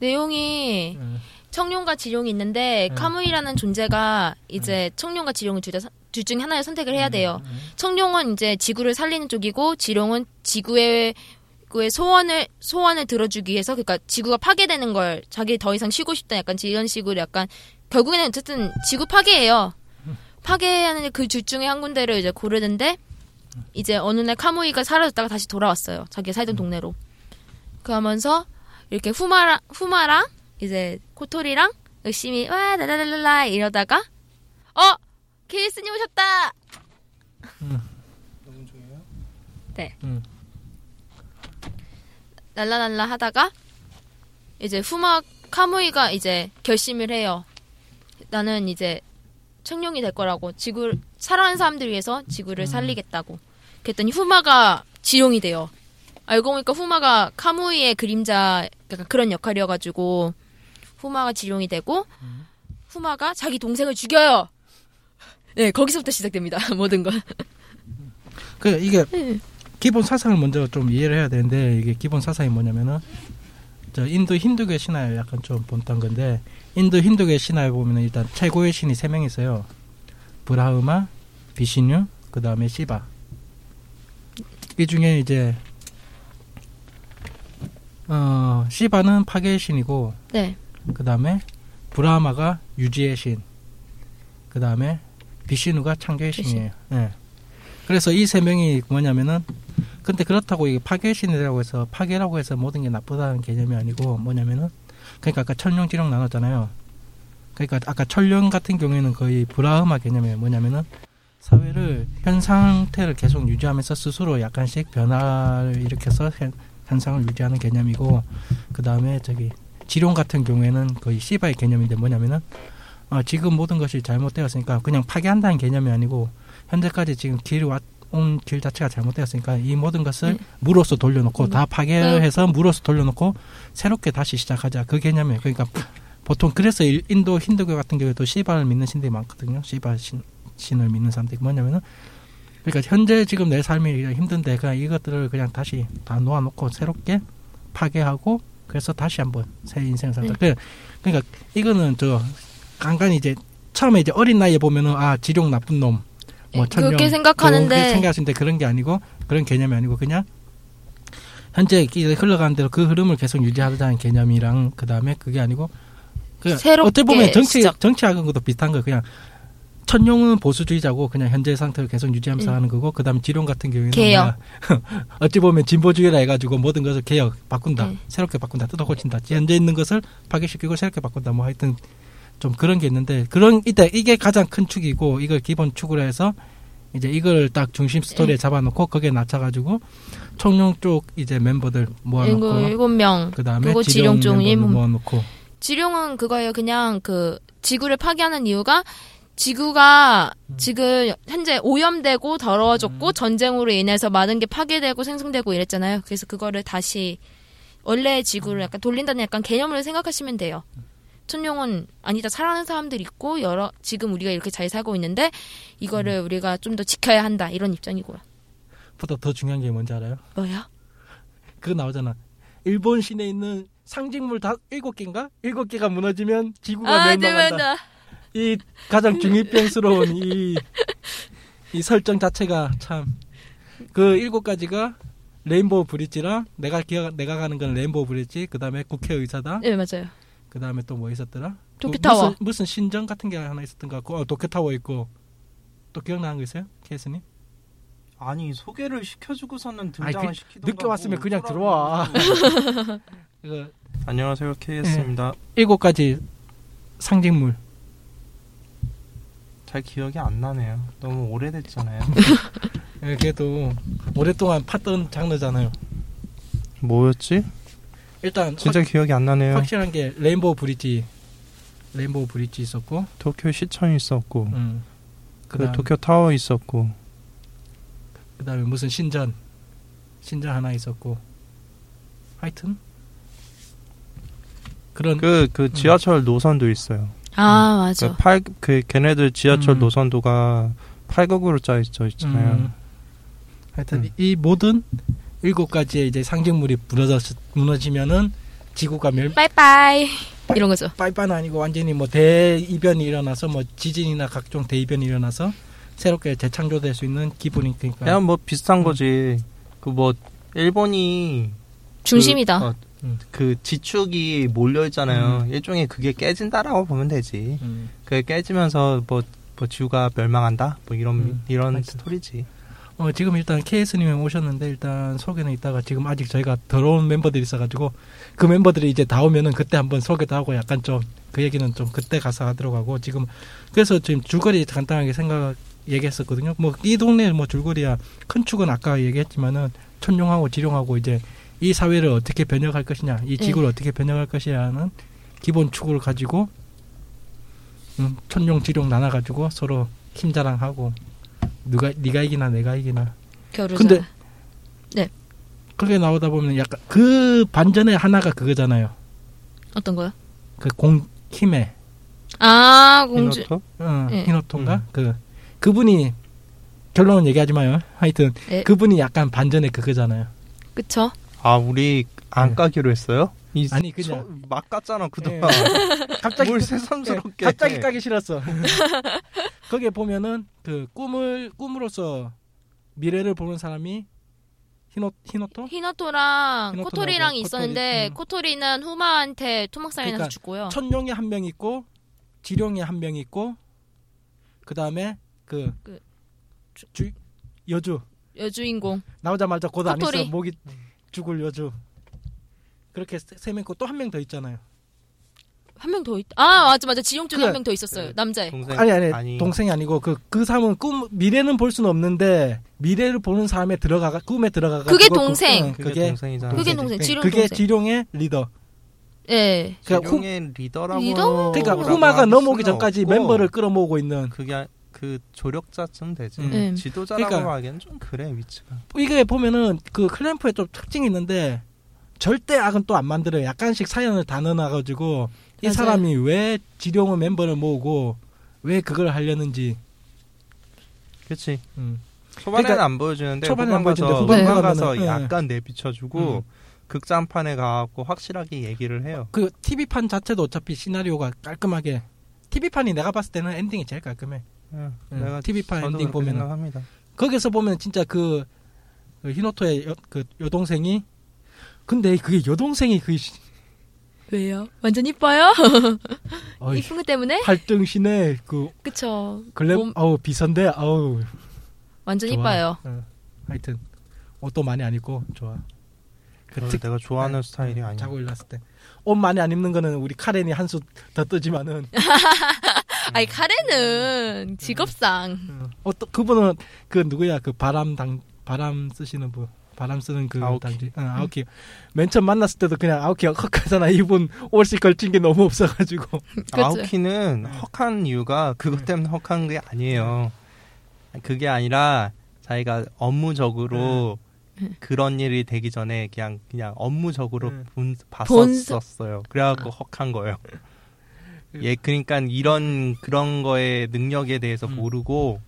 [SPEAKER 4] 내용이
[SPEAKER 3] 음.
[SPEAKER 4] 청룡과 지룡이 있는데
[SPEAKER 3] 음.
[SPEAKER 4] 카무이라는 존재가 이제 청룡과 지룡을 둘, 다 사- 둘 중에 하나를 선택을 해야 돼요.
[SPEAKER 3] 음, 음.
[SPEAKER 4] 청룡은 이제 지구를 살리는 쪽이고 지룡은 지구의 그의 소원을 소원을 들어주기 위해서 그러니까 지구가 파괴되는 걸 자기 더 이상 쉬고 싶다 약간 이런 식으로 약간 결국에는 어쨌든 지구 파괴예요. 파괴하는 그 둘 중에 한 군데를 이제 고르는데 이제 어느 날 카무이가 사라졌다가 다시 돌아왔어요. 자기가 살던 동네로. 그러면서 이렇게 후마라 후마랑 이제 코토리랑 열심히 와 라라라라 이러다가 어 케이스님 오셨다.
[SPEAKER 3] 녹음 중이에요?
[SPEAKER 4] 네.
[SPEAKER 3] 음.
[SPEAKER 4] 날라날라 하다가 이제 후마 카무이가 이제 결심을 해요. 나는 이제 청룡이 될 거라고 지구 사랑하는 사람들 위해서 지구를 살리겠다고. 그랬더니 후마가 지룡이 돼요. 알고 보니까 후마가 카무이의 그림자 약간 그런 역할이어가지고 후마가 지룡이 되고 후마가 자기 동생을 죽여요. 네 거기서부터 시작됩니다 모든 건.
[SPEAKER 3] 그 이게 기본 사상을 먼저 좀 이해를 해야 되는데 이게 기본 사상이 뭐냐면은 저 인도 힌두교 신화에 약간 좀 본딴 건데 인도 힌두교 신화에 보면은 일단 최고의 신이 세 명 있어요. 브라흐마, 비시뉴, 그 다음에 시바. 이 중에 이제 어 시바는 파괴의 신이고
[SPEAKER 4] 네
[SPEAKER 3] 그 다음에 브라마가 유지의 신, 그 다음에 비시누가 창조의
[SPEAKER 4] 비시누.
[SPEAKER 3] 신이에요. 예. 그래서 이 세 명이 뭐냐면은 근데 그렇다고 이게 파괴의 신이라고 해서 파괴라고 해서 모든 게 나쁘다는 개념이 아니고 뭐냐면은 그러니까 아까 천룡 지룡 나눴잖아요. 그러니까 아까 천룡 같은 경우에는 거의 브라흐마 개념이에요. 뭐냐면은 사회를 현 상태를 계속 유지하면서 스스로 약간씩 변화를 일으켜서 현- 현상을 유지하는 개념이고 그 다음에 저기 지룡 같은 경우에는 거의 시바의 개념인데 뭐냐면은 어, 지금 모든 것이 잘못되었으니까 그냥 파괴한다는 개념이 아니고 현재까지 지금 길이 왔, 온 길 자체가 잘못되었으니까 이 모든 것을 무로서 돌려놓고 다 파괴해서 무로서 돌려놓고 새롭게 다시 시작하자 그 개념이에요. 그러니까 보통 그래서 일- 인도 힌두교 같은 경우에도 시바를 믿는 신들이 많거든요. 시바 신, 신을 믿는 사람들이 뭐냐면은 그러니까 현재 지금 내 삶이 그냥 힘든데 그냥 이것들을 그냥 다시 다 놓아놓고 새롭게 파괴하고 그래서 다시 한번 새 인생을 산다. 그
[SPEAKER 4] 네.
[SPEAKER 3] 그러니까 이거는 저 간간히 이제 처음에 이제 어린 나이에 보면은 아 지룡 나쁜 놈, 뭐 천명
[SPEAKER 4] 네, 그렇게 생각하는데.
[SPEAKER 3] 그렇게 생각하시는데 그런 게 아니고 그런 개념이 아니고 그냥 현재 이제 흘러가는 대로 그 흐름을 계속 유지하자는 개념이랑 그 다음에 그게 아니고 그
[SPEAKER 4] 새롭게
[SPEAKER 3] 어떻게 보면 정치
[SPEAKER 4] 시작.
[SPEAKER 3] 정치하는 것도 비슷한 거예요. 그냥 천룡은 보수주의자고 그냥 현재 상태를 계속 유지하면서
[SPEAKER 4] 음.
[SPEAKER 3] 하는 거고 그다음 에 지룡 같은 경우에는
[SPEAKER 4] 개혁.
[SPEAKER 3] 그냥 어찌 보면 진보주의라 해가지고 모든 것을 개혁 바꾼다
[SPEAKER 4] 음.
[SPEAKER 3] 새롭게 바꾼다 뜯어 고친다 현재 있는 것을 파괴시키고 새롭게 바꾼다 뭐 하여튼 좀 그런 게 있는데 그런 이때 이게 가장 큰 축이고 이걸 기본 축으로 해서 이제 이걸 딱 중심
[SPEAKER 4] 네.
[SPEAKER 3] 스토리에 잡아놓고 거기에 낮춰가지고 청룡 쪽 이제 멤버들
[SPEAKER 4] 일곱
[SPEAKER 3] 모아놓고
[SPEAKER 4] 일곱 명.
[SPEAKER 3] 그 다음에
[SPEAKER 4] 그리고
[SPEAKER 3] 지룡
[SPEAKER 4] 지룡 쪽
[SPEAKER 3] 멤버
[SPEAKER 4] 일곱-
[SPEAKER 3] 모아놓고
[SPEAKER 4] 지룡은 그거예요. 그냥 그 지구를 파괴하는 이유가 지구가
[SPEAKER 3] 음.
[SPEAKER 4] 지금 현재 오염되고 더러워졌고 전쟁으로 인해서 많은 게 파괴되고 생성되고 이랬잖아요. 그래서 그거를 다시 원래의
[SPEAKER 3] 음.
[SPEAKER 4] 지구를 약간 돌린다는 약간 개념으로 생각하시면 돼요. 천룡은 아니다 살아가는 사람들 있고 여러 지금 우리가 이렇게 잘 살고 있는데 이거를
[SPEAKER 3] 음.
[SPEAKER 4] 우리가 좀 더 지켜야 한다 이런 입장이고요.
[SPEAKER 3] 보다 더 중요한 게 뭔지 알아요?
[SPEAKER 4] 뭐야?
[SPEAKER 3] 그거 나오잖아. 일본 시내에 있는 상징물 다 일곱 개인가? 일곱 개가 무너지면 지구가
[SPEAKER 4] 아, 네
[SPEAKER 3] 멸망한다.
[SPEAKER 4] 맞아.
[SPEAKER 3] 이 가장 중이병스러운 이, 이 설정 자체가 참. 그 일곱 가지가 레인보우 브릿지랑 내가 기억 내가 가는 건 레인보우 브릿지 그다음에 국회의사당
[SPEAKER 4] 네 맞아요.
[SPEAKER 3] 그다음에 또 뭐 있었더라
[SPEAKER 4] 도쿄타워.
[SPEAKER 3] 그 무슨, 무슨 신전 같은 게 하나 있었던 것 같고 어, 도쿄타워 있고 또 기억나는 거 있어요 케이스님
[SPEAKER 5] 아니 소개를 시켜주고서는
[SPEAKER 3] 아니, 그-
[SPEAKER 5] 등장을 시키던가
[SPEAKER 3] 늦게 왔으면
[SPEAKER 5] 뭐
[SPEAKER 3] 그냥
[SPEAKER 5] 어쩌라고.
[SPEAKER 3] 그
[SPEAKER 2] 안녕하세요 KS입니다.
[SPEAKER 3] 일곱 가지 상징물
[SPEAKER 2] 잘 기억이 안 나네요. 너무 오래됐잖아요.
[SPEAKER 3] 예, 그래도 오랫동안 팠던 장르잖아요.
[SPEAKER 2] 뭐였지?
[SPEAKER 3] 일단
[SPEAKER 2] 진짜 기억이 안 나네요.
[SPEAKER 3] 확, 확실한 게 레인보우 브릿지, 레인보우 브릿지 있었고,
[SPEAKER 2] 도쿄 시청 있었고,
[SPEAKER 3] 음.
[SPEAKER 2] 그
[SPEAKER 3] 그다음,
[SPEAKER 2] 도쿄 타워 있었고,
[SPEAKER 3] 그다음에 무슨 신전, 신전 하나 있었고, 하여튼 그런 음.
[SPEAKER 2] 그 그 지하철 노선도 있어요.
[SPEAKER 4] 아 맞아.
[SPEAKER 2] 그 팔 그 걔네들 지하철
[SPEAKER 3] 음.
[SPEAKER 2] 노선도가 8극으로 짜여 있- 있잖아요.
[SPEAKER 3] 음. 하여튼
[SPEAKER 2] 음.
[SPEAKER 3] 이- 이 모든 일곱 가지의 이제 상징물이 무너져 무너지면은 지구가 멸,
[SPEAKER 4] 빠이빠이 이런 거죠.
[SPEAKER 3] 빨빠는 아니고 완전히 뭐 대이변이 일어나서 뭐 지진이나 각종 대이변이 일어나서 새롭게 재창조될 수 있는 기분이 그러니까
[SPEAKER 2] 그냥 뭐 비슷한 거지. 그 뭐 일본이
[SPEAKER 4] 중심이다.
[SPEAKER 2] 그, 어,
[SPEAKER 3] 음.
[SPEAKER 2] 그 지축이 몰려 있잖아요. 일종의 그게 깨진다라고 보면 되지.
[SPEAKER 3] 음.
[SPEAKER 2] 그 깨지면서 뭐, 뭐 지구가 멸망한다. 뭐 이런
[SPEAKER 3] 음,
[SPEAKER 2] 이런
[SPEAKER 3] 하여튼.
[SPEAKER 2] 스토리지.
[SPEAKER 3] 어, 지금 일단 케이스님이 오셨는데 일단 소개는 이따가 지금 아직 저희가 들어온 멤버들이 있어가지고 그 멤버들이 이제 다 오면은 그때 한번 소개도 하고 약간 좀 그 얘기는 좀 그때 가서 하도록 하고 지금 그래서 지금 줄거리 간단하게 생각 얘기했었거든요. 뭐 이 동네 뭐 줄거리야 큰 축은 아까 얘기했지만은 천룡하고 지룡하고 이제 이 사회를 어떻게 변혁할 것이냐, 이 지구를 어떻게 변혁할 것이냐는 기본 축을 가지고 음, 천룡 지룡 나눠 가지고 서로 힘 자랑하고 누가 네가 이기나 내가 이기나
[SPEAKER 4] 겨루자.
[SPEAKER 3] 근데 그게 나오다 보면 약간 그 반전의 하나가 그거잖아요.
[SPEAKER 4] 어떤 거요?
[SPEAKER 3] 그 공 힘의
[SPEAKER 4] 아 공주.
[SPEAKER 2] 히노토?
[SPEAKER 3] 어,
[SPEAKER 4] 예.
[SPEAKER 3] 히노토인가 그 그분이 결론은 얘기하지 마요. 하여튼
[SPEAKER 4] 예.
[SPEAKER 3] 그분이 약간 반전의 그거잖아요.
[SPEAKER 4] 그쵸?
[SPEAKER 2] 아 우리
[SPEAKER 3] 네.
[SPEAKER 2] 안 까기로 했어요? 이
[SPEAKER 3] 아니,
[SPEAKER 2] 소-
[SPEAKER 3] 그냥.
[SPEAKER 2] 막 깠잖아 그동안.
[SPEAKER 3] 갑자기
[SPEAKER 2] 예. 뭘
[SPEAKER 3] 그-
[SPEAKER 2] 새삼스럽게.
[SPEAKER 3] 예, 갑자기 까기 싫었어. 거기에 보면은 그 꿈을 꿈으로서 미래를 보는 사람이 히노 히노토
[SPEAKER 4] 히노토랑
[SPEAKER 3] 히노토
[SPEAKER 4] 코토리랑
[SPEAKER 3] 말고 코토리,
[SPEAKER 4] 있었는데
[SPEAKER 3] 음.
[SPEAKER 4] 코토리. 는 후마한테 토막살이
[SPEAKER 3] 그러니까
[SPEAKER 4] 나서 죽고요.
[SPEAKER 3] 천룡이 한 명 있고 지룡이 한 명 있고 그다음에 그,
[SPEAKER 4] 그
[SPEAKER 3] 주, 여주
[SPEAKER 4] 여주인공.
[SPEAKER 3] 나오자마자 곧 안 있어
[SPEAKER 4] 도토리.
[SPEAKER 3] 목이 죽을 여주 그렇게 세명 있고 또 한 명 더 있잖아요
[SPEAKER 4] 한 명 더 있. 아 맞아 맞아. 지용 쪽에
[SPEAKER 3] 그래.
[SPEAKER 4] 한 명 더 있었어요.
[SPEAKER 2] 네.
[SPEAKER 4] 남자애.
[SPEAKER 2] 동생
[SPEAKER 3] 아니 아니, 동생이 아니고 그 그 사람은 꿈 미래는 볼 수는 없는데 미래를 보는 사람에 들어가 꿈에 들어가가 그걸
[SPEAKER 4] 그게
[SPEAKER 3] 꾸-
[SPEAKER 4] 동생.
[SPEAKER 3] 응,
[SPEAKER 2] 그게,
[SPEAKER 3] 그게
[SPEAKER 2] 동생이잖아.
[SPEAKER 4] 그게
[SPEAKER 3] 동생이지.
[SPEAKER 4] 동생,
[SPEAKER 3] 네,
[SPEAKER 4] 지룡
[SPEAKER 3] 그게
[SPEAKER 4] 동생.
[SPEAKER 3] 지룡의 리더
[SPEAKER 4] 예.
[SPEAKER 3] 그러니까 후,
[SPEAKER 2] 지룡의 리더라고.
[SPEAKER 4] 리더?
[SPEAKER 3] 그러니까
[SPEAKER 4] 뭐라고
[SPEAKER 2] 어.
[SPEAKER 3] 후마가 넘어오기 전까지 멤버를 끌어모으고 있는
[SPEAKER 2] 그게 그 조력자쯤 되지.
[SPEAKER 3] 음.
[SPEAKER 2] 지도자라고
[SPEAKER 3] 그러니까-
[SPEAKER 2] 하기엔 좀 그래 위치가.
[SPEAKER 3] 이게 보면은 그 클램프의 좀 특징이 있는데 절대 악은 또 안 만들어요. 약간씩 사연을 다 넣어놔가지고 이
[SPEAKER 4] 맞아요.
[SPEAKER 3] 사람이 왜 지룡호 멤버를 모으고 왜 그걸 하려는지
[SPEAKER 2] 그렇지.
[SPEAKER 3] 음.
[SPEAKER 2] 초반에는
[SPEAKER 3] 그러니까-
[SPEAKER 2] 안 보여주는데
[SPEAKER 3] 초반에는 안
[SPEAKER 2] 후반 가서
[SPEAKER 3] 보여주는데 후반
[SPEAKER 2] 후반
[SPEAKER 3] 가면은-
[SPEAKER 2] 가서
[SPEAKER 3] 예.
[SPEAKER 2] 약간 내비쳐주고
[SPEAKER 3] 음.
[SPEAKER 2] 극장판에 가갖고 확실하게 얘기를 해요.
[SPEAKER 3] 그 TV 판 자체도 어차피 시나리오가 깔끔하게 TV 판이 내가 봤을 때는 엔딩이 제일 깔끔해.
[SPEAKER 2] 예,
[SPEAKER 3] 음,
[SPEAKER 2] 내가
[SPEAKER 3] TV 판
[SPEAKER 2] 저도
[SPEAKER 3] 엔딩
[SPEAKER 2] 그렇게
[SPEAKER 3] 보면은.
[SPEAKER 2] 생각합니다.
[SPEAKER 3] 거기서 보면 진짜 그, 그 히노토의 여, 그 여동생이 근데 그게 여동생이 그 시-
[SPEAKER 4] 왜요? 완전 이뻐요?
[SPEAKER 3] 어이,
[SPEAKER 4] 이쁜 거 때문에?
[SPEAKER 3] 팔등신의 그
[SPEAKER 4] 그쵸.
[SPEAKER 3] 글램
[SPEAKER 4] 몸-
[SPEAKER 3] 아우 비선데 아우
[SPEAKER 4] 완전
[SPEAKER 3] 좋아.
[SPEAKER 4] 이뻐요.
[SPEAKER 3] 어, 하여튼 옷도 많이 안 입고 좋아. 그
[SPEAKER 2] 별로
[SPEAKER 3] 특- 네.
[SPEAKER 2] 내가 좋아하는 스타일이 아니야.
[SPEAKER 3] 자고 일어났을 때 옷 많이 안 입는 거는 우리 카렌이 한 수 더 뜨지만은 음.
[SPEAKER 4] 아니 카레는 직업상.
[SPEAKER 3] 어, 어떤 그분은 그 누구야 그 바람 당 바람 쓰시는 분 바람 쓰는 그
[SPEAKER 2] 아오키.
[SPEAKER 3] 당지 어, 아오키 맨 처음 만났을 때도 그냥 아오키 헉하잖아 이분 옷이 걸친 게 너무 없어가지고
[SPEAKER 4] 그치?
[SPEAKER 2] 아오키는 헉한 이유가 그것 때문에 헉한 게 아니에요. 그게 아니라 자기가 업무적으로
[SPEAKER 4] 음.
[SPEAKER 2] 그런 일이 되기 전에 그냥 그냥 업무적으로
[SPEAKER 3] 음.
[SPEAKER 2] 본, 봤었었어요. 그래갖고 헉한 거예요. 예, 그러니까 이런 그런 거에 능력에 대해서
[SPEAKER 3] 음.
[SPEAKER 2] 모르고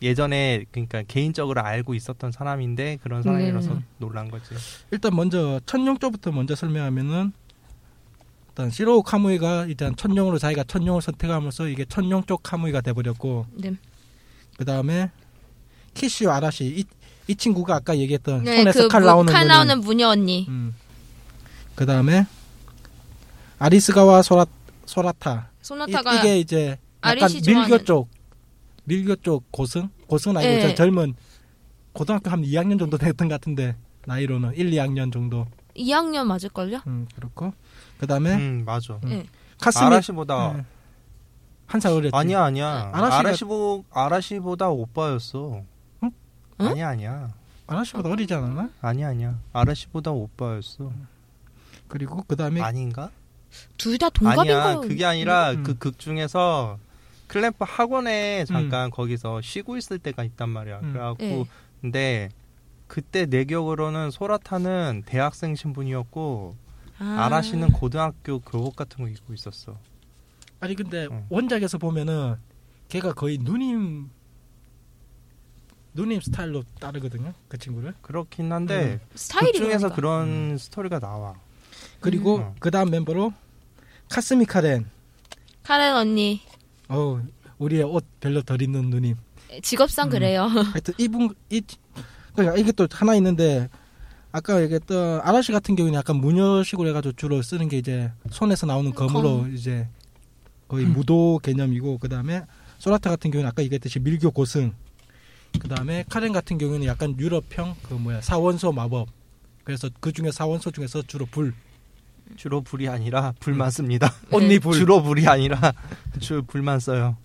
[SPEAKER 2] 예전에 그러니까 개인적으로 알고 있었던 사람인데 그런 사람이라서
[SPEAKER 3] 음.
[SPEAKER 2] 놀란 거지.
[SPEAKER 3] 일단 먼저 천룡조부터 먼저 설명하면은 일단 시로우 카무이가 일단 천룡으로 자기가 천룡을 선택하면서 이게 천룡 쪽 카무이가 돼버렸고
[SPEAKER 4] 네.
[SPEAKER 3] 그 다음에 키슈 아라시 이, 이 친구가 아까 얘기했던
[SPEAKER 4] 네,
[SPEAKER 3] 손에서
[SPEAKER 4] 그
[SPEAKER 3] 칼
[SPEAKER 4] 무-
[SPEAKER 3] 나오는
[SPEAKER 4] 칼
[SPEAKER 3] 분은-
[SPEAKER 4] 나오는 무녀 언니.
[SPEAKER 3] 음. 그 다음에 아리스가와 소라 소라타
[SPEAKER 4] 소나타가
[SPEAKER 3] 이, 게 이제 약간
[SPEAKER 4] 아리시
[SPEAKER 3] 밀교
[SPEAKER 4] 좋아하는-
[SPEAKER 3] 쪽 밀교 쪽 고승 고승 아니고
[SPEAKER 4] 예.
[SPEAKER 3] 저 젊은 고등학교 한 2학년 정도 됐던 것 같은데 나이로는 1, 2학년 정도
[SPEAKER 4] 2학년 맞을걸요?
[SPEAKER 3] 음, 그렇고 그 다음에
[SPEAKER 2] 음, 맞아.
[SPEAKER 3] 카스미 예.
[SPEAKER 2] 아라시보다 네.
[SPEAKER 3] 한살
[SPEAKER 4] 그
[SPEAKER 3] 어렸지
[SPEAKER 2] 아니야
[SPEAKER 4] 네.
[SPEAKER 2] 아니야
[SPEAKER 3] 아라시가-
[SPEAKER 2] 아라시보 아라시보다 오빠였어.
[SPEAKER 3] 응?
[SPEAKER 4] 응?
[SPEAKER 2] 아니야 아니야
[SPEAKER 3] 아라시보다 어리지 않았나?
[SPEAKER 2] 아니야 아니야 아라시보다 오빠였어.
[SPEAKER 3] 그리고 그 다음에
[SPEAKER 2] 아닌가?
[SPEAKER 4] 둘 다
[SPEAKER 2] 아니야
[SPEAKER 4] 동갑인가요?
[SPEAKER 2] 그게 아니라
[SPEAKER 3] 음.
[SPEAKER 2] 그 극 중에서 클램프 학원에 잠깐 거기서 쉬고 있을 때가 있단 말이야.
[SPEAKER 3] 음.
[SPEAKER 2] 그래갖고
[SPEAKER 4] 예.
[SPEAKER 2] 근데 그때 내 기억으로는 소라타는 대학생 신분이었고
[SPEAKER 4] 아.
[SPEAKER 2] 아라시는 고등학교 교복 같은 거 입고 있었어.
[SPEAKER 3] 아니 근데
[SPEAKER 2] 응.
[SPEAKER 3] 원작에서 보면은 걔가 거의 누님 누님 스타일로 따르거든요 그 친구를
[SPEAKER 2] 그렇긴
[SPEAKER 3] 음.
[SPEAKER 2] 한데 극
[SPEAKER 4] 스타일이
[SPEAKER 2] 중에서
[SPEAKER 4] 그러니까.
[SPEAKER 2] 그런 스토리가 나와.
[SPEAKER 3] 그리고
[SPEAKER 2] 음.
[SPEAKER 3] 그 다음 멤버로 카스미 카렌
[SPEAKER 4] 카렌 언니
[SPEAKER 3] 어 우리의 옷 별로 덜 입는 누님
[SPEAKER 4] 직업상
[SPEAKER 3] 음.
[SPEAKER 4] 그래요.
[SPEAKER 3] 하여튼 이분 이 그러니까 이게 또 하나 있는데 아까 얘기했던 아라시 같은 경우는 약간 무녀식으로 해가지고 주로 쓰는 게 이제 손에서 나오는 검으로 이제 거의 무도 개념이고 그 다음에 소라타 같은 경우는 아까 얘기했듯이 밀교 고승 그 다음에 카렌 같은 경우는 약간 유럽형 그 뭐야 사원소 마법 그래서 그 중에 사원소 중에서 주로 불
[SPEAKER 4] 음.
[SPEAKER 2] 주로 불이 아니라
[SPEAKER 3] 음.
[SPEAKER 2] 불만 씁니다.
[SPEAKER 3] 언니 불
[SPEAKER 2] 주로 불이 아니라 주 불만 써요.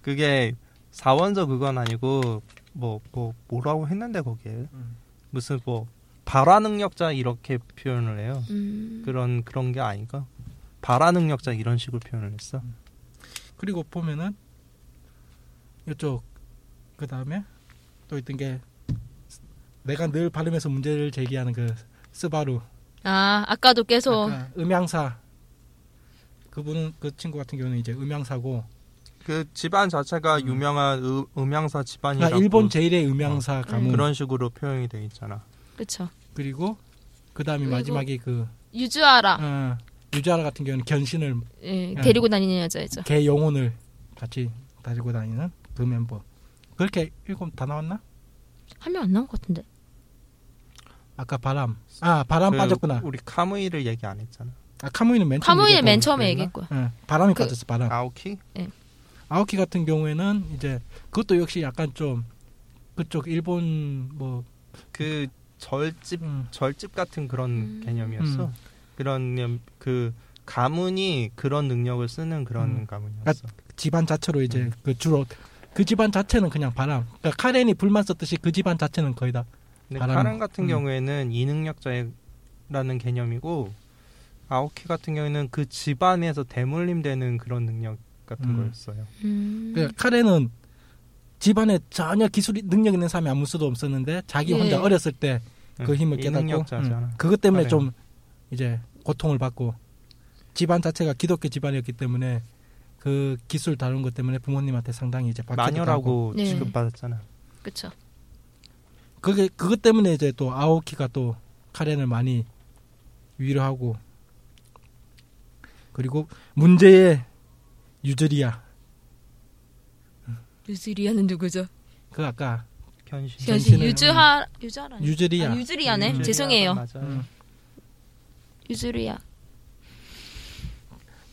[SPEAKER 2] 그게 사원저 그건 아니고 뭐, 뭐 뭐라고 했는데 거기에
[SPEAKER 3] 음.
[SPEAKER 2] 무슨 뭐 발화 능력자 이렇게 표현을 해요.
[SPEAKER 4] 음.
[SPEAKER 2] 그런 그런 게 아닌가? 발화 능력자 이런 식으로 표현을 했어.
[SPEAKER 3] 그리고 보면은 이쪽 그 다음에 또 있던 게 내가 늘 발음에서 문제를 제기하는 그 스바루
[SPEAKER 4] 아 아까도 계속
[SPEAKER 3] 아까 음양사 그분은 그 친구 같은 경우는 이제 음양사고 아,
[SPEAKER 2] 그 집안 자체가 유명한 음, 음양사
[SPEAKER 3] 아,
[SPEAKER 2] 집안이라고
[SPEAKER 3] 일본 제일의 음양사
[SPEAKER 4] 음.
[SPEAKER 3] 가문
[SPEAKER 2] 그런 식으로 표현이 돼 있잖아.
[SPEAKER 4] 그쵸
[SPEAKER 3] 그리고 그 다음에
[SPEAKER 4] 그리고-
[SPEAKER 3] 마지막에 그
[SPEAKER 4] 유주아라
[SPEAKER 3] 어, 유자라 같은 경우는 견신을
[SPEAKER 4] 예,
[SPEAKER 3] 음.
[SPEAKER 4] 데리고 다니는 여자이죠.
[SPEAKER 3] 개 영혼을 같이 가지고 다니는 그 멤버 그렇게 일곱 다 나왔나?
[SPEAKER 4] 한 명 안 나온 것 같은데.
[SPEAKER 3] 아까 바람 아 바람
[SPEAKER 2] 그
[SPEAKER 3] 빠졌구나
[SPEAKER 2] 우리 카무이를 얘기 안 했잖아.
[SPEAKER 3] 아, 카무이는 맨 처음에
[SPEAKER 4] 카무이는
[SPEAKER 3] 얘기했고.
[SPEAKER 4] 맨 처음에
[SPEAKER 2] 그랬나?
[SPEAKER 4] 얘기했고요.
[SPEAKER 3] 예, 바람이
[SPEAKER 4] 그-
[SPEAKER 3] 빠졌어 바람.
[SPEAKER 2] 아오키?
[SPEAKER 3] 아오키 같은 경우에는 이제 그것도 역시 약간 좀 그쪽 일본 뭐
[SPEAKER 2] 그 절집
[SPEAKER 3] 음,
[SPEAKER 2] 절집 같은 그런
[SPEAKER 4] 음.
[SPEAKER 2] 개념이었어.
[SPEAKER 3] 음.
[SPEAKER 2] 그런 념- 그 가문이 그런 능력을 쓰는 그런
[SPEAKER 3] 음.
[SPEAKER 2] 가문이었어.
[SPEAKER 3] 집안 자체로 이제
[SPEAKER 2] 음.
[SPEAKER 3] 그 주로 그 집안 자체는 그냥 바람. 그러니까 카렌이 불만 썼듯이 그 집안 자체는 거의 다
[SPEAKER 2] 근데
[SPEAKER 3] 바람-
[SPEAKER 2] 카렌 같은
[SPEAKER 3] 음.
[SPEAKER 2] 경우에는 이능력자라는 개념이고 아오키 같은 경우에는 그 집안에서 대물림되는 그런 능력 같은
[SPEAKER 3] 음.
[SPEAKER 2] 거였어요.
[SPEAKER 4] 음.
[SPEAKER 3] 그러니까 카렌은 집안에 전혀 기술 능력 있는 사람이 아무 수도 없었는데 자기
[SPEAKER 4] 예.
[SPEAKER 3] 혼자 어렸을 때 그
[SPEAKER 2] 응,
[SPEAKER 3] 힘을 깨닫고
[SPEAKER 2] 음. 이능력자잖아.
[SPEAKER 3] 음, 그것 때문에
[SPEAKER 2] 그래.
[SPEAKER 3] 좀 이제 고통을 받고 집안 자체가 기독교 집안이었기 때문에 그 기술 다룬 것 때문에 부모님한테 상당히 이제 받기도 하고.
[SPEAKER 2] 마녀라고
[SPEAKER 4] 네.
[SPEAKER 2] 취급받았잖아.
[SPEAKER 4] 그쵸.
[SPEAKER 3] 그게 그것 때문에 이제 또 아오키가 또 카렌을 많이 위로하고 그리고 문제의 유즈리아
[SPEAKER 4] 유즈리아는 누구죠?
[SPEAKER 3] 그 아까
[SPEAKER 2] 변신.
[SPEAKER 3] 변신.
[SPEAKER 4] 현실
[SPEAKER 3] 정신을-
[SPEAKER 4] 유즈하 유즈하라.
[SPEAKER 3] 음. 유즈리아
[SPEAKER 4] 아, 유즈리아네.
[SPEAKER 3] 음.
[SPEAKER 4] 죄송해요.
[SPEAKER 2] 맞아.
[SPEAKER 3] 음.
[SPEAKER 4] 유즈리아.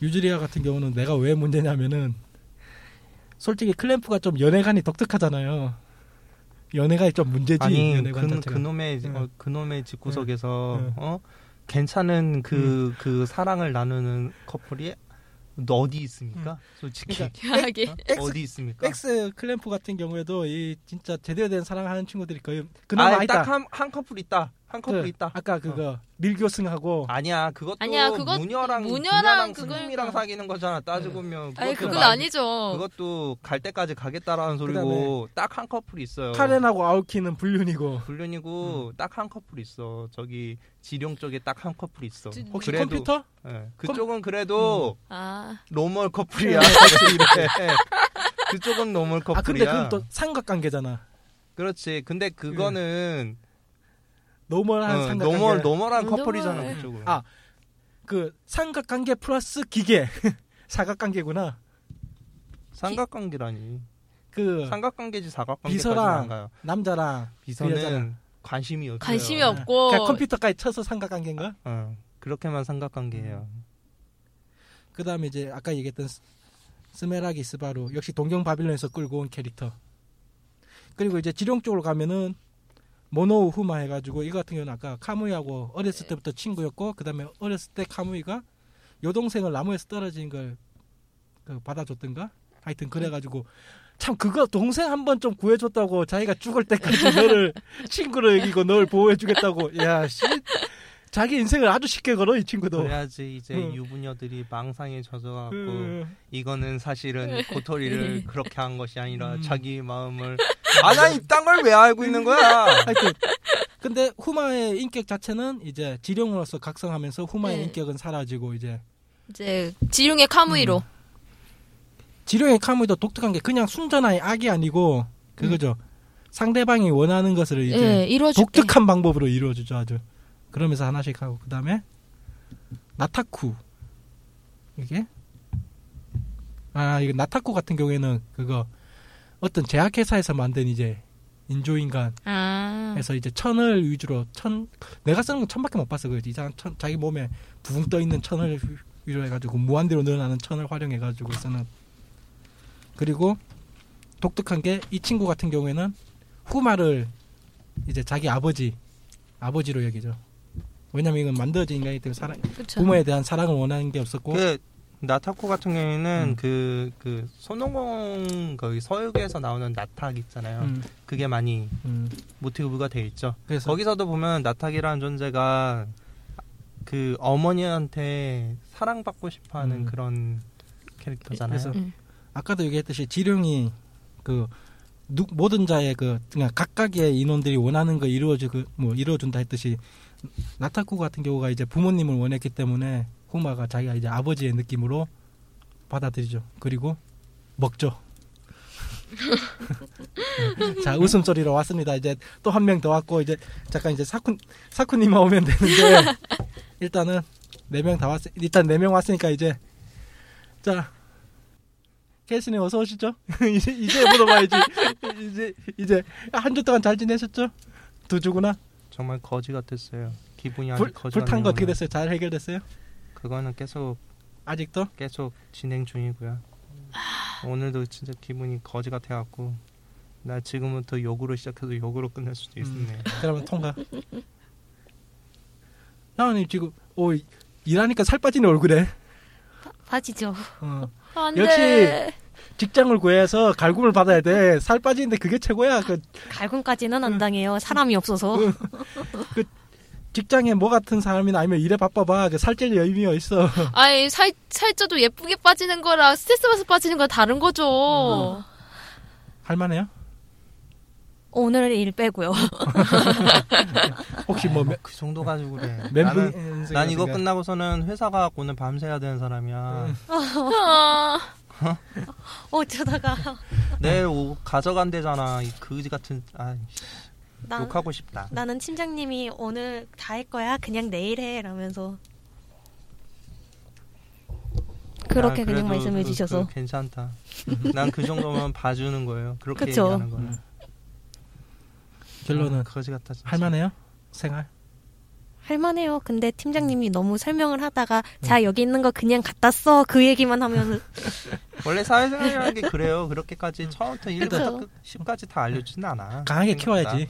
[SPEAKER 3] 유즈리아 같은 경우는 내가 왜 문제냐면은 솔직히 클램프가 좀 연애관이 독특하잖아요. 연애관이 좀 문제지.
[SPEAKER 2] 아니
[SPEAKER 3] 연애관
[SPEAKER 2] 그,
[SPEAKER 3] 자체가. 네.
[SPEAKER 2] 그놈의
[SPEAKER 3] 응.
[SPEAKER 2] 어, 그놈의 집구석에서
[SPEAKER 3] 응.
[SPEAKER 2] 어 괜찮은 그 그
[SPEAKER 3] 음.
[SPEAKER 2] 사랑을 나누는 커플이 너 어디
[SPEAKER 3] 음.
[SPEAKER 2] 있습니까? 솔직히
[SPEAKER 3] 그러니까
[SPEAKER 4] 귀하게.
[SPEAKER 2] 어? 어디 있습니까?
[SPEAKER 3] 엑스 클램프 같은 경우에도 이 진짜 제대로 된 사랑하는 친구들이 거의 그나마
[SPEAKER 2] 아,
[SPEAKER 3] 있다.
[SPEAKER 2] 딱한 한 커플 있다. 한 커플
[SPEAKER 3] 그,
[SPEAKER 2] 있다. 어.
[SPEAKER 3] 아까 그거 밀교승하고
[SPEAKER 2] 아니야, 그것도
[SPEAKER 4] 아니야, 그것-
[SPEAKER 2] 무녀랑
[SPEAKER 4] 무녀랑
[SPEAKER 2] 무녀랑
[SPEAKER 4] 그걸- 어. 네.
[SPEAKER 2] 스님이랑 사귀는 거잖아. 따지고 보면
[SPEAKER 4] 아니 예, 그건
[SPEAKER 2] 말-
[SPEAKER 4] 아니죠.
[SPEAKER 2] 그것도 갈 때까지 가겠다라는 소리고 딱 한 커플 있어요.
[SPEAKER 3] 카렌하고 아오키는 불륜이고
[SPEAKER 2] 불륜이고
[SPEAKER 3] 음.
[SPEAKER 2] 딱 한 커플 있어. 저기 지룡 쪽에 딱 한 커플 있어.
[SPEAKER 4] 지-
[SPEAKER 3] 혹시
[SPEAKER 2] 그래도-
[SPEAKER 3] 컴퓨터? 아,
[SPEAKER 2] 예, 그쪽은 그래도
[SPEAKER 3] 음.
[SPEAKER 4] 아
[SPEAKER 2] 노멀 커플이야. 사실 이래. 그쪽은 노멀 커플이야.
[SPEAKER 3] 네. 아 근데 그건 또 삼각관계잖아.
[SPEAKER 2] 그렇지. 근데 그거는
[SPEAKER 3] 예. 노멀한
[SPEAKER 2] 어,
[SPEAKER 3] 삼각관계.
[SPEAKER 2] 노멀 노멀한
[SPEAKER 4] 음, 노멀.
[SPEAKER 2] 커플이잖아 그쪽은.
[SPEAKER 3] 아. 그 삼각관계 플러스 기계 사각관계구나.
[SPEAKER 2] 삼각관계라니.
[SPEAKER 3] 그
[SPEAKER 2] 삼각관계지 사각관계까지
[SPEAKER 3] 비서랑
[SPEAKER 2] 안 가요.
[SPEAKER 3] 남자랑 여자랑.
[SPEAKER 2] 비서는 관심이 없어요.
[SPEAKER 4] 관심이
[SPEAKER 3] 아,
[SPEAKER 4] 없고.
[SPEAKER 3] 그냥 컴퓨터까지 쳐서 삼각관계인가?
[SPEAKER 2] 어, 그렇게만 삼각관계예요.
[SPEAKER 3] 음. 그다음에 이제 아까 얘기했던 스- 스메라기 스바루 역시 동경 바빌론에서 끌고 온 캐릭터. 그리고 이제 지룡 쪽으로 가면은 모노 우후마 해가지고 이거 같은 경우는 아까 카무이하고 어렸을 때부터 친구였고 그다음에 어렸을 때 카무이가 여동생을 나무에서 떨어진 걸그 받아줬던가 하여튼 그래가지고 참 그거 동생 한 번 좀 구해줬다고 자기가 죽을 때까지 너를 친구로 여기고 널 보호해주겠다고 야씨 자기 인생을 아주 쉽게 걸어 이 친구도
[SPEAKER 2] 그래야지 이제
[SPEAKER 3] 응.
[SPEAKER 2] 유부녀들이 망상에 젖어갖고
[SPEAKER 3] 네. 음.
[SPEAKER 2] 이거는
[SPEAKER 4] 네.
[SPEAKER 2] 사실은 고토리를 그렇게 한 것이 아니라
[SPEAKER 3] 음.
[SPEAKER 2] 자기 마음을 아나 이딴 걸 왜 알고 있는 거야?
[SPEAKER 3] 하여튼 근데 후마의 인격 자체는 이제 지령으로서 각성하면서 후마의
[SPEAKER 4] 네.
[SPEAKER 3] 인격은 사라지고 이제
[SPEAKER 4] 이제 지룡의 카무이로.
[SPEAKER 3] 음. 지령의 카무이도 독특한 게 그냥 순전한 악이 아니고 그거죠 상대방이 원하는 것을 이제
[SPEAKER 4] 음. 예, 이루어줄게.
[SPEAKER 3] 독특한 방법으로 이루어주죠 아주 그러면서 하나씩 하고 그다음에 나타쿠 이게 아 이거 나타쿠 같은 경우에는 그거 어떤 제약회사에서 만든 이제 인조인간
[SPEAKER 4] 아.
[SPEAKER 3] 그래서 이제 천을 위주로 천 내가 쓰는 건 천밖에 못 봤어 그 이상한 천 자기 몸에 붕 떠 있는 천을 휘- 위주로 해가지고 무한대로 늘어나는 천을 활용해가지고 쓰는 그리고 독특한 게 이 친구 같은 경우에는 후마를 이제 자기 아버지 아버지로 여기죠 왜냐면 이건 만들어진 인간이기 때문에 사랑,
[SPEAKER 4] 그쵸.
[SPEAKER 3] 부모에 대한 사랑을 원하는 게 없었고
[SPEAKER 2] 그 나타코 같은 경우에는
[SPEAKER 3] 음.
[SPEAKER 2] 그그 손오공 거기 서유기에서 나오는 나탁 있잖아요.
[SPEAKER 3] 음,
[SPEAKER 2] 그게 많이
[SPEAKER 3] 음.
[SPEAKER 2] 모티브가 돼 있죠.
[SPEAKER 3] 그래서
[SPEAKER 2] 거기서도 보면 나탁이라는 존재가 그 어머니한테 사랑받고 싶어하는
[SPEAKER 3] 음.
[SPEAKER 2] 그런 캐릭터잖아요.
[SPEAKER 3] 그래서
[SPEAKER 4] 음.
[SPEAKER 3] 아까도 얘기했듯이 지룡이 그 누, 모든 자의 그 그냥 각각의 인원들이 원하는 거 이루어주 그뭐 이루어준다 했듯이 나타쿠 같은 경우가 이제 부모님을 원했기 때문에 후마가 자기가 이제 아버지의 느낌으로 받아들이죠. 그리고 먹죠. 자 웃음소리로 왔습니다. 이제 또 한 명 더 왔고 이제 잠깐 이제 사쿠 사쿠님만 오면 되는데 일단은 네 명 다 왔 일단 네 명 왔으니까 이제 자 케이스님 어서 오시죠. 이제 이제 물어봐야지. 이제 이제 한 주 동안 잘 지내셨죠? 두 주구나.
[SPEAKER 2] 정말 거지 같았어요. 기분이 아주
[SPEAKER 3] 불
[SPEAKER 2] 거지
[SPEAKER 3] 불탄
[SPEAKER 2] 같네요,
[SPEAKER 3] 거 어떻게
[SPEAKER 2] 오늘.
[SPEAKER 3] 됐어요? 잘 해결됐어요?
[SPEAKER 2] 그거는 계속
[SPEAKER 3] 아직도?
[SPEAKER 2] 계속 진행 중이고요. 오늘도 진짜 기분이 거지 같아갖고 나 지금부터 욕으로 시작해서 욕으로 끝낼 수도
[SPEAKER 3] 음.
[SPEAKER 2] 있네요.
[SPEAKER 3] 그러면 통과. 나은님 지금 오 이- 일하니까 살 빠지는 얼굴에.
[SPEAKER 6] 빠지죠.
[SPEAKER 3] 어.
[SPEAKER 4] 안
[SPEAKER 3] 역시
[SPEAKER 4] 돼.
[SPEAKER 3] 직장을 구해서 갈굼을 받아야 돼. 살 빠지는데 그게 최고야. 그
[SPEAKER 6] 갈굼까지는 안 당해요. 사람이 없어서.
[SPEAKER 3] 직장에 뭐 같은 사람이나 아니면 일에 바빠봐. 그 살찔 여유미 있어.
[SPEAKER 4] 아이 살 살쪄도 예쁘게 빠지는 거랑 스트레스 받아서 빠지는 거 다른 거죠.
[SPEAKER 3] 할만해요?
[SPEAKER 6] 어, 오늘 일 빼고요. 어,
[SPEAKER 3] 혹시 뭐, 멘-
[SPEAKER 2] 그 정도 가지고 그래. 나는
[SPEAKER 3] 멘붕.
[SPEAKER 2] 난 이거 끝나고서는 회사 가 오늘 밤새야 되는
[SPEAKER 3] 음.
[SPEAKER 2] 사람이야.
[SPEAKER 4] 아,
[SPEAKER 6] 어쩌다가
[SPEAKER 2] 내일 오, 가져간대잖아. 이 그지 같은 아
[SPEAKER 6] 나,
[SPEAKER 2] 욕하고 싶다.
[SPEAKER 6] 나는 팀장님이 오늘 다 할 거야. 그냥 내일 해. 라면서 그렇게
[SPEAKER 2] 아,
[SPEAKER 6] 그냥
[SPEAKER 2] 그래도
[SPEAKER 6] 말씀해
[SPEAKER 2] 그-
[SPEAKER 6] 주셔서
[SPEAKER 2] 그 괜찮다. 난 그 정도면 봐주는 거예요. 그렇게
[SPEAKER 6] 그쵸.
[SPEAKER 2] 얘기하는 거는.
[SPEAKER 3] 음, 결론은
[SPEAKER 2] 아, 거지 같다. 진짜.
[SPEAKER 3] 할만해요? 생활?
[SPEAKER 6] 할만해요. 근데 팀장님이 너무 설명을 하다가 자 여기 있는 거 그냥 갖다 써. 그 얘기만 하면
[SPEAKER 2] 원래 사회생활이라는 게 그래요. 그렇게까지 처음부터 1부터
[SPEAKER 6] 그쵸.
[SPEAKER 2] 10까지 다 알려주진 않아.
[SPEAKER 3] 강하게
[SPEAKER 2] 생각보다.
[SPEAKER 3] 키워야지.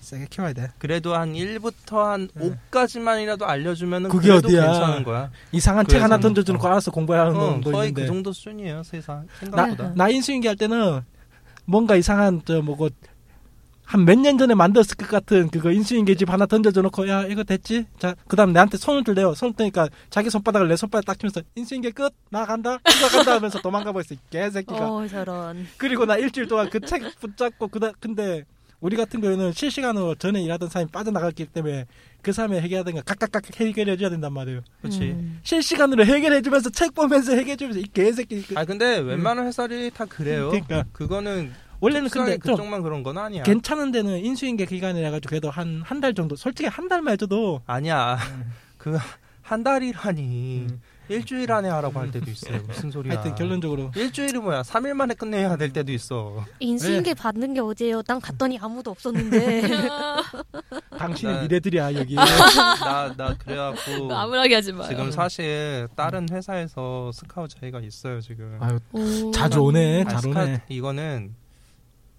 [SPEAKER 3] 세게 키워야 돼.
[SPEAKER 2] 그래도 한 1부터 한 5까지만이라도 알려주면
[SPEAKER 3] 네. 그게
[SPEAKER 2] 그래도
[SPEAKER 3] 어디야.
[SPEAKER 2] 괜찮은 거야.
[SPEAKER 3] 이상한 책
[SPEAKER 2] 그래서
[SPEAKER 3] 하나
[SPEAKER 2] 뭐,
[SPEAKER 3] 던져주는 거 알아서 공부하는
[SPEAKER 2] 어,
[SPEAKER 3] 놈도
[SPEAKER 2] 거의
[SPEAKER 3] 있는데.
[SPEAKER 2] 그 정도 수준이에요. 세상
[SPEAKER 3] 나,
[SPEAKER 6] 음.
[SPEAKER 2] 생각보다.
[SPEAKER 3] 나 인수인계 할 때는 뭔가 이상한 저 뭐고 그 한 몇 년 전에 만들었을 것 같은 그거 인수인계집 하나 던져줘 놓고 야 이거 됐지? 자 그다음 내한테 손을 들대요. 손을 뜨니까 자기 손바닥을 내 손바닥 딱 치면서 인수인계 끝 나간다 나간다 하면서 도망가 버렸어 이 개새끼가.
[SPEAKER 2] 그러니까.
[SPEAKER 6] 어 저런
[SPEAKER 3] 그리고 나 일주일 동안 그 책 붙잡고 그다 근데 우리 같은 경우에는 실시간으로 전에 일하던 사람이 빠져나갔기 때문에 그 사람의 해결하든가 각각각 해결해줘야 된단 말이에요.
[SPEAKER 2] 그렇지.
[SPEAKER 6] 음.
[SPEAKER 3] 실시간으로 해결해주면서 책 보면서 해결해주면서 이 개새끼. 그-
[SPEAKER 2] 아 근데 웬만한 회사들이 다 그래요.
[SPEAKER 3] 그러니까.
[SPEAKER 2] 그거는
[SPEAKER 3] 원래는 근데 좀
[SPEAKER 2] 그쪽만 그런 건 아니야.
[SPEAKER 3] 괜찮은 데는 인수인계 기간이라 가지고 그래도 한 한 달 정도. 솔직히 한 달만 해줘도
[SPEAKER 2] 아니야. 그 한 달이라니
[SPEAKER 3] 음.
[SPEAKER 2] 일주일 안에 하라고 할 때도 있어요. 무슨 소리야.
[SPEAKER 3] 하여튼 결론적으로
[SPEAKER 2] 일주일이 뭐야? 3일 만에 끝내야 될 때도 있어. 네.
[SPEAKER 6] 인수인계 받는 게 어제요. 난 갔더니 아무도 없었는데
[SPEAKER 3] 당신의
[SPEAKER 2] 나-
[SPEAKER 3] 미래들이야 여기.
[SPEAKER 2] 아, 나 나 그래갖고
[SPEAKER 4] 음. 아무렇게 하지 마요.
[SPEAKER 2] 지금 사실 다른 회사에서 스카우 자리가 있어요 지금.
[SPEAKER 3] 아유
[SPEAKER 4] 오.
[SPEAKER 3] 자주 오네
[SPEAKER 2] 아니,
[SPEAKER 3] 잘
[SPEAKER 2] 스카우트
[SPEAKER 3] 오네.
[SPEAKER 2] 이거는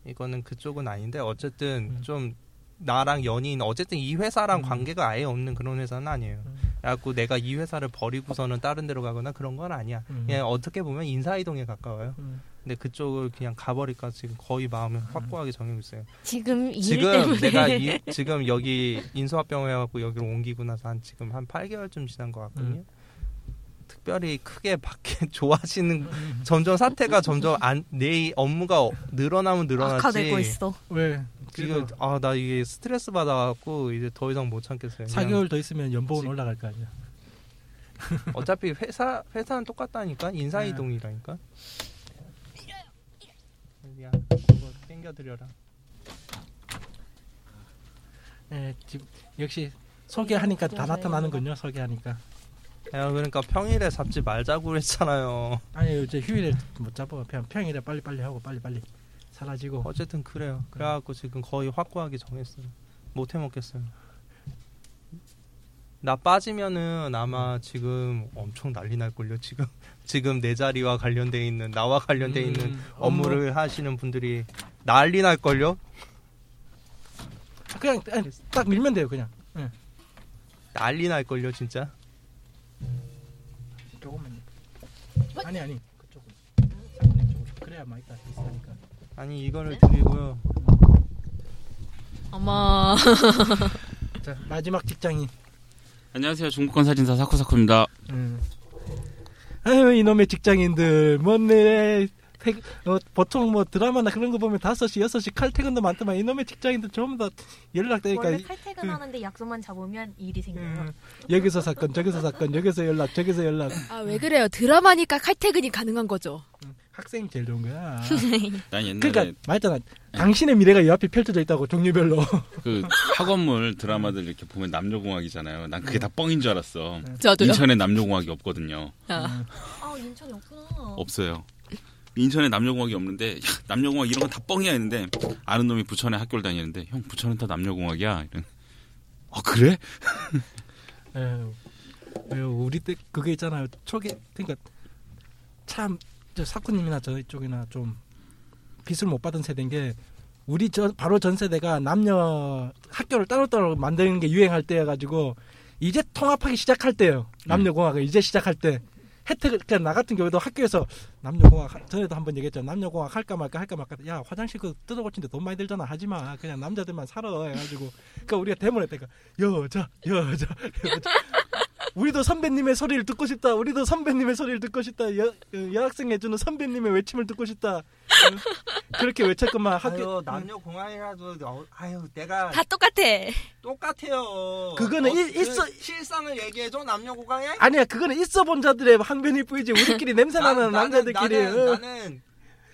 [SPEAKER 2] 이거는 그쪽은 아닌데 어쨌든
[SPEAKER 3] 음.
[SPEAKER 2] 좀 나랑 연인 어쨌든 이 회사랑 관계가 아예 없는 그런 회사는 아니에요.
[SPEAKER 3] 음.
[SPEAKER 2] 그래갖고 내가 이 회사를 버리고서는 다른 데로 가거나 그런 건 아니야.
[SPEAKER 3] 음.
[SPEAKER 2] 그냥 어떻게 보면 인사 이동에 가까워요.
[SPEAKER 3] 음.
[SPEAKER 2] 근데 그쪽을 그냥 가버릴까 지금 거의 마음을 확고하게 정해고 있어요.
[SPEAKER 6] 지금 이 일
[SPEAKER 2] 지금
[SPEAKER 6] 때문에
[SPEAKER 2] 내가 이, 지금 여기 인수합병을 해갖고 여기로 옮기고 나서 한 지금 한 8개월쯤 지난 것
[SPEAKER 6] 음.
[SPEAKER 2] 같거든요. 특별히 크게 밖에 좋아지는 점점 사태가 점점 안 내 업무가 어- 늘어나면
[SPEAKER 6] 악화되고
[SPEAKER 2] 늘어나지.
[SPEAKER 6] 있어.
[SPEAKER 3] 왜
[SPEAKER 2] 지금
[SPEAKER 3] 지금
[SPEAKER 2] 아 나 이게 스트레스 받아갖고 이제 더 이상 못 참겠어요. 그냥
[SPEAKER 3] 4개월 더 있으면 연봉은
[SPEAKER 2] 지금-
[SPEAKER 3] 올라갈 거 아니야.
[SPEAKER 2] 어차피 회사 회사는 똑같다니까
[SPEAKER 6] 네.
[SPEAKER 2] 인사 이동이라니까. 야, 이거 땡겨드려라.
[SPEAKER 3] 예, 지금 역시 소개하니까 다 나타나는군요. 소개하니까.
[SPEAKER 2] 야, 그러니까 평일에 잡지 말자고 했잖아요.
[SPEAKER 3] 아니 이제 휴일에 못 잡아. 그냥 평일에 빨리 빨리 하고 빨리 빨리 사라지고.
[SPEAKER 2] 어쨌든 그래요.
[SPEAKER 3] 음.
[SPEAKER 2] 그래갖고 지금 거의 확고하게 정했어요. 못 해먹겠어요. 나 빠지면은
[SPEAKER 3] 음.
[SPEAKER 2] 아마 지금 엄청 난리 날걸요. 지금 지금 내 자리와 관련돼 있는 나와 관련돼
[SPEAKER 3] 음,
[SPEAKER 2] 있는
[SPEAKER 3] 업무.
[SPEAKER 2] 업무를 하시는 분들이 난리 날걸요.
[SPEAKER 3] 그냥 아니, 딱 밀면 돼요. 그냥.
[SPEAKER 2] 난리 날걸요, 진짜.
[SPEAKER 3] 조금만. 아니 아니 그쪽으로. 사건의 쪽으로. 그래야 마이크 안 비슷하니까.
[SPEAKER 2] 아니 이거를 드리고요.
[SPEAKER 4] 어머.
[SPEAKER 3] 자 마지막 직장인.
[SPEAKER 7] 안녕하세요. 중국권 사진사 사코사코입니다.
[SPEAKER 3] 음. 아유 이놈의 직장인들 뭔데 어, 보통 뭐 드라마나 그런 거 보면 5시 6시 칼퇴근도 많더만 이놈의 직장인들 전부 다 연락되니까
[SPEAKER 6] 원래
[SPEAKER 3] 그러니까 이-
[SPEAKER 6] 칼퇴근하는데 약속만 잡으면 일이 생겨요.
[SPEAKER 3] 음, 여기서 사건 저기서 사건 여기서 연락 저기서 연락
[SPEAKER 8] 아 왜 그래요? 드라마니까 칼퇴근이 가능한 거죠.
[SPEAKER 3] 학생이 제일 좋은 거야
[SPEAKER 7] 난 옛날에
[SPEAKER 3] 그러니까 말했잖아 당신의 미래가 이 앞에 펼쳐져 있다고 종류별로
[SPEAKER 7] 그 학원물 드라마들 이렇게 보면 남녀공학이잖아요. 난 그게 다 뻥인 줄 알았어.
[SPEAKER 8] 저도요.
[SPEAKER 7] 인천에 남녀공학이 없거든요.
[SPEAKER 8] 아.
[SPEAKER 6] 아 인천이 없구나.
[SPEAKER 7] 없어요. 인천에 남녀공학이 없는데 야, 남녀공학 이런 건 다 뻥이야 했는데 아는 놈이 부천에 학교를 다니는데 형 부천은 다 남녀공학이야. 이런. 아 그래?
[SPEAKER 3] 에휴, 에휴, 네. 우리 때 그게 있잖아요. 초기 그러니까 참저 사쿠님이나 저희 쪽이나 좀 빚을 못 받은 세대인 게 우리 전 바로 전 세대가 남녀 학교를 따로따로 만드는 게 유행할 때여가지고 이제 통합하기 시작할 때예요. 남녀공학을 이제 시작할 때 혜택을 그러니까 나 같은 경우에도 학교에서 남녀공학 하- 전에도 한번 얘기했잖아. 남녀공학 할까 말까 할까 말까. 야 화장실 그 뜯어 고친데 돈 많이 들잖아. 하지 마. 그냥 남자들만 살아 해가지고 그러니까 우리가 대문했다니까 여자 여자 여자 우리도 선배님의 소리를 듣고 싶다. 우리도 선배님의 소리를 듣고 싶다. 여, 그 여학생 해주는 선배님의 외침을 듣고 싶다. 그렇게 외쳤구만 학교
[SPEAKER 2] 아유 남녀 공학이라도 어, 아유 내가
[SPEAKER 4] 다 똑같아.
[SPEAKER 2] 똑같아요.
[SPEAKER 3] 그거는
[SPEAKER 2] 어,
[SPEAKER 3] 일- 있어-
[SPEAKER 2] 실상을 얘기해줘 남녀 공학이
[SPEAKER 3] 아니야 그거는 있어 본 자들의 항변일 뿐이지 우리끼리 냄새 나는 남자들끼리
[SPEAKER 2] 나는, 나는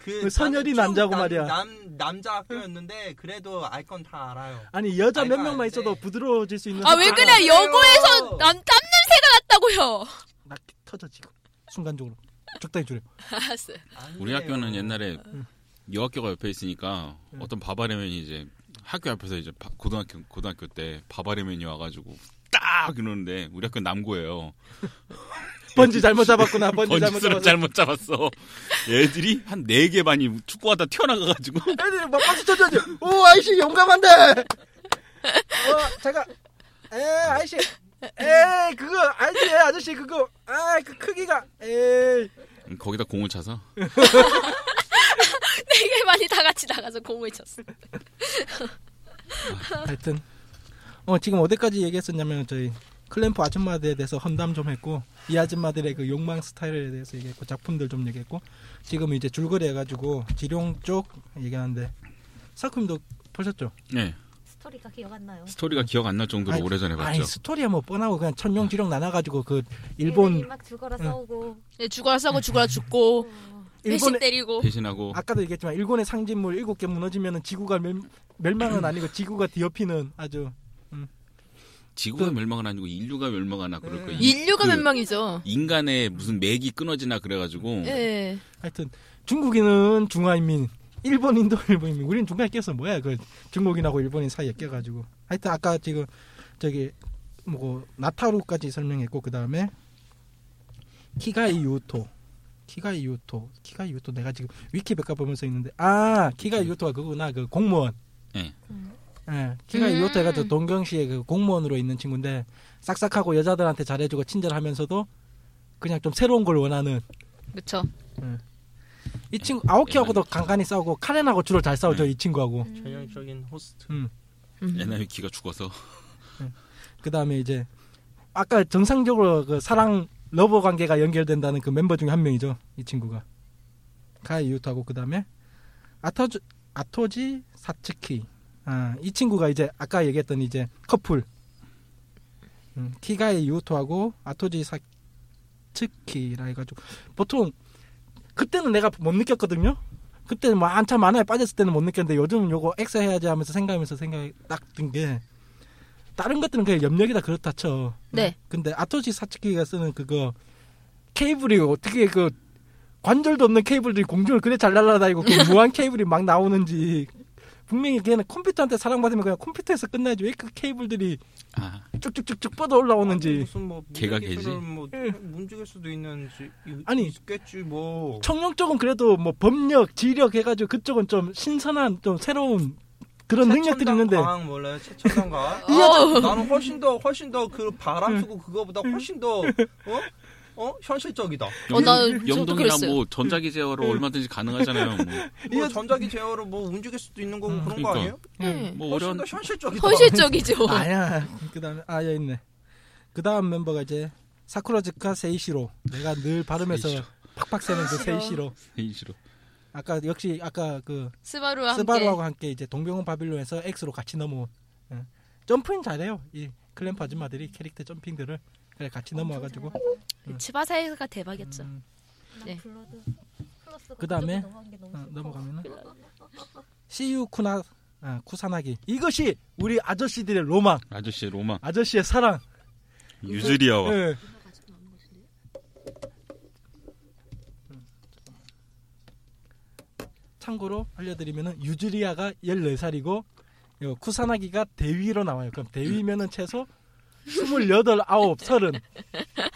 [SPEAKER 2] 그
[SPEAKER 3] 그 선열이
[SPEAKER 2] 나는 좀
[SPEAKER 3] 남자고
[SPEAKER 2] 남-
[SPEAKER 3] 말이야.
[SPEAKER 2] 남 남자 학교였는데 그래도 알 건 다 알아요.
[SPEAKER 3] 아니 여자 몇
[SPEAKER 2] 아이고,
[SPEAKER 3] 명만
[SPEAKER 2] 안
[SPEAKER 3] 있어도
[SPEAKER 2] 돼.
[SPEAKER 3] 부드러워질 수 있는
[SPEAKER 4] 아 왜 그래? 여고에서 난 땀 냄새가 났다고요.
[SPEAKER 3] 나 터져 지금 순간적으로 적당히 줄여
[SPEAKER 4] 알았어요.
[SPEAKER 2] 안
[SPEAKER 7] 우리
[SPEAKER 2] 돼요.
[SPEAKER 7] 학교는 옛날에 여학교가 옆에 있으니까
[SPEAKER 3] 음.
[SPEAKER 7] 어떤 바바레맨이 이제 학교 앞에서 이제 바- 고등학교 고등학교 때 바바레맨이 와가지고 딱 이러는데 우리 학교 남고예요.
[SPEAKER 3] 번지 잘못 잡았구나 번지 잘못
[SPEAKER 7] 번지수를
[SPEAKER 3] 잡았어
[SPEAKER 7] 잘못 잡았어. 얘들이 한 네 개 반이 축구하다 튀어나가가지고
[SPEAKER 3] 애들 막 박수 쳐줘야지 오 아이씨 용감한데 어 잠깐 에 아이씨 에 그거 알지 아저씨 그거 아 그 크기가 에이
[SPEAKER 7] 거기다 공을 차서
[SPEAKER 4] 되게 많이 다 같이 나가서 공을 쳤어.
[SPEAKER 3] 하여튼 어 지금 어디까지 얘기했었냐면 저희 클램프 아줌마들에 대해서 험담 좀 했고 이 아줌마들의 그 욕망 스타일에 대해서 얘기했고 작품들 좀 얘기했고 지금 이제 줄거리 해가지고 지룡 쪽 얘기하는데 사쿠님도 보셨죠?
[SPEAKER 7] 네
[SPEAKER 6] 스토리가 기억 안 나요.
[SPEAKER 7] 스토리가 기억 안 날 정도로
[SPEAKER 3] 아이,
[SPEAKER 7] 네, 뭐 오래전에 봤죠.
[SPEAKER 3] 아니 스토리야 뭐 뻔하고 그냥 천룡 지룡 나눠가지고 그 일본
[SPEAKER 6] 막 죽어라
[SPEAKER 3] 응.
[SPEAKER 6] 싸우고
[SPEAKER 4] 네, 죽어라 싸고 죽어라 죽고 배신 네.
[SPEAKER 3] 일본의
[SPEAKER 4] 때리고
[SPEAKER 7] 그 대신하고
[SPEAKER 3] 아까도 얘기했지만 일본의 상징물 일곱 개 무너지면은 지구가 멸, 멸망은 아니고 지구가 뒤엎이는 아주 그
[SPEAKER 7] 지구가 멸망은 아니고 인류가 멸망하나 그럴
[SPEAKER 3] 음.
[SPEAKER 7] 거예요. 이-
[SPEAKER 8] 인류가
[SPEAKER 7] 그
[SPEAKER 8] 몇 명이죠.
[SPEAKER 7] 인간의 무슨 맥이 끊어지나 그래가지고
[SPEAKER 4] 네.
[SPEAKER 8] 예.
[SPEAKER 3] 하여튼 중국인은 중화인민, 일본인도 일본인민. 우리는 중간에 껴서 뭐야 그 중국인하고 일본인 사이에 껴가지고. 하여튼 아까 지금 저기 뭐 나타루까지 설명했고 그 다음에 키가이 유토, 키가이 유토, 키가이 유토 내가 지금 위키백과 보면서 있는데 아 키가이 유토가 그거구나 그 공무원.
[SPEAKER 7] 예.
[SPEAKER 3] 예, 키가이
[SPEAKER 4] 음.
[SPEAKER 3] 유토 해가지고 동경시의 그 공무원으로 있는 친구인데 싹싹하고 여자들한테 잘해주고 친절하면서도 그냥 좀 새로운 걸 원하는
[SPEAKER 4] 그쵸.
[SPEAKER 3] 이 친구 아오키하고도 간간히 싸우고 카렌하고 주로 잘 싸우죠
[SPEAKER 7] 네.
[SPEAKER 3] 이 친구하고
[SPEAKER 2] 전형적인 호스트.
[SPEAKER 4] 음.
[SPEAKER 7] 에나미 키가 죽어서
[SPEAKER 3] 그 다음에 이제 아까 정상적으로 그 사랑 러버 관계가 연결된다는 그 멤버 중에 한 명이죠 이 친구가 가이 유토하고 그 다음에 아토즈 아토지 사츠키 아, 이 친구가 이제 아까 얘기했던 이제 커플 음, 키가이 유토하고 아토지 사츠키라 해가지고 보통 그때는 내가 못 느꼈거든요 그때는 뭐 한참 만화에 빠졌을 때는 못 느꼈는데 요즘 요거 엑스 해야지 하면서 생각하면서 생각이 딱 든 게 다른 것들은 그냥 염력이다 그렇다 쳐.
[SPEAKER 4] 네.
[SPEAKER 3] 근데 아토시 사츠키가 쓰는 그거 케이블이 어떻게 그 관절도 없는 케이블들이 공중을 그래 잘 날아다니고 그 무한 케이블이 막 나오는지 분명히 걔는 컴퓨터한테 사랑받으면 그냥 컴퓨터에서 끝나야지 왜 그 케이블들이
[SPEAKER 7] 아
[SPEAKER 3] 쭉쭉쭉쭉 뻗어 올라오는지
[SPEAKER 2] 무슨 뭐
[SPEAKER 7] 개가
[SPEAKER 2] 움직일
[SPEAKER 7] 개지?
[SPEAKER 2] 수는 뭐
[SPEAKER 3] 예.
[SPEAKER 2] 움직일 수도 있는지
[SPEAKER 3] 아니.
[SPEAKER 2] 아니 있겠지 뭐.
[SPEAKER 3] 청룡 쪽은 그래도 뭐 법력 지력 해가지고 그쪽은 좀 신선한 좀 새로운 그런 능력들이
[SPEAKER 2] 최첨단
[SPEAKER 3] 있는데
[SPEAKER 2] 과학 몰라요 최첨단 과학.
[SPEAKER 4] 어우.
[SPEAKER 2] 나는 훨씬 더 훨씬 더 그 바람 쓰고 그거보다 훨씬 더 어? 어? 현실적이다.
[SPEAKER 4] 어, 나 저도
[SPEAKER 7] 영동이랑
[SPEAKER 4] 그랬어요.
[SPEAKER 7] 뭐 전자기
[SPEAKER 3] 음.
[SPEAKER 7] 제어로 얼마든지 가능하잖아요. 뭐,
[SPEAKER 2] 뭐 전자기 제어로 뭐 움직일 수도 있는 거고 그런
[SPEAKER 7] 그러니까.
[SPEAKER 2] 거 아니에요?
[SPEAKER 4] 예.
[SPEAKER 7] 뭐
[SPEAKER 2] 훨씬
[SPEAKER 7] 어려운
[SPEAKER 2] 더 현실적이다.
[SPEAKER 4] 현실적이죠.
[SPEAKER 3] 아야 그다음에 아야 예, 있네 그다음 멤버가 이제 사쿠라즈카 세이시로 내가 늘 발음해서
[SPEAKER 7] 세이시로.
[SPEAKER 3] 팍팍 새는 그 세이시로
[SPEAKER 7] 페이지로
[SPEAKER 3] 아까 역시 아까 그
[SPEAKER 4] 스바루와 함께.
[SPEAKER 3] 스바루하고 함께 이제 동병원 바빌론에서 X로 같이 넘어 응. 점프는 잘해요 이 클램프 아줌마들이 캐릭터 점핑들을 그래 같이 넘어와가지고
[SPEAKER 4] 츠바사이가 대박이었죠.
[SPEAKER 3] 음,
[SPEAKER 4] 네.
[SPEAKER 6] 블러드 플러스가
[SPEAKER 3] 그다음에
[SPEAKER 6] 무조건 넘어간 게 너무
[SPEAKER 3] 어,
[SPEAKER 6] 슬퍼.
[SPEAKER 3] 넘어가면은 시유 쿠나 아, 쿠사나기 이것이 우리 아저씨들의 로망
[SPEAKER 7] 아저씨의 로망
[SPEAKER 3] 아저씨의 사랑
[SPEAKER 7] 유즈리아와
[SPEAKER 3] 예. 참고로 알려드리면은 유즈리아가 14살이고 쿠사나기가 대위로 나와요. 그럼 대위면은 최소 28, 9, 30.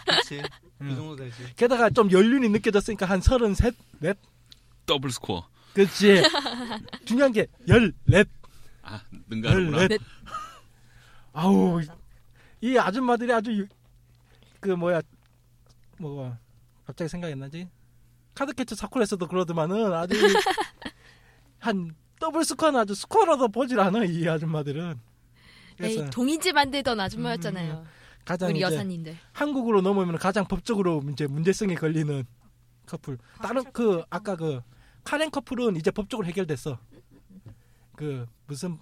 [SPEAKER 2] 그렇지.
[SPEAKER 3] 음.
[SPEAKER 2] 이 정도 되지.
[SPEAKER 3] 게다가 좀 연륜이 느껴졌으니까 한 33, 4.
[SPEAKER 7] 더블 스코어
[SPEAKER 3] 그렇지. 중요한 게 14,
[SPEAKER 7] 아 능가하구나
[SPEAKER 3] 14. 아우 이 아줌마들이 아주 유- 그 뭐야 뭐가 갑자기 생각이 안 나지? 카드캐쳐 사쿠라에서도 그러더만은 아주 한 더블 스코어는 아주 스코어라도 보질 않아 이 아줌마들은. 그래서
[SPEAKER 4] 네, 에이, 동인지 만들던 아줌마였잖아요.
[SPEAKER 3] 가장
[SPEAKER 4] 우리
[SPEAKER 3] 이제
[SPEAKER 4] 여사님들.
[SPEAKER 3] 한국으로
[SPEAKER 8] 아,
[SPEAKER 3] 넘어오면 가장 법적으로 이제 문제성이 걸리는 커플. 다른 그 아까 그 카렌 커플은 이제 법적으로 해결됐어. 그 무슨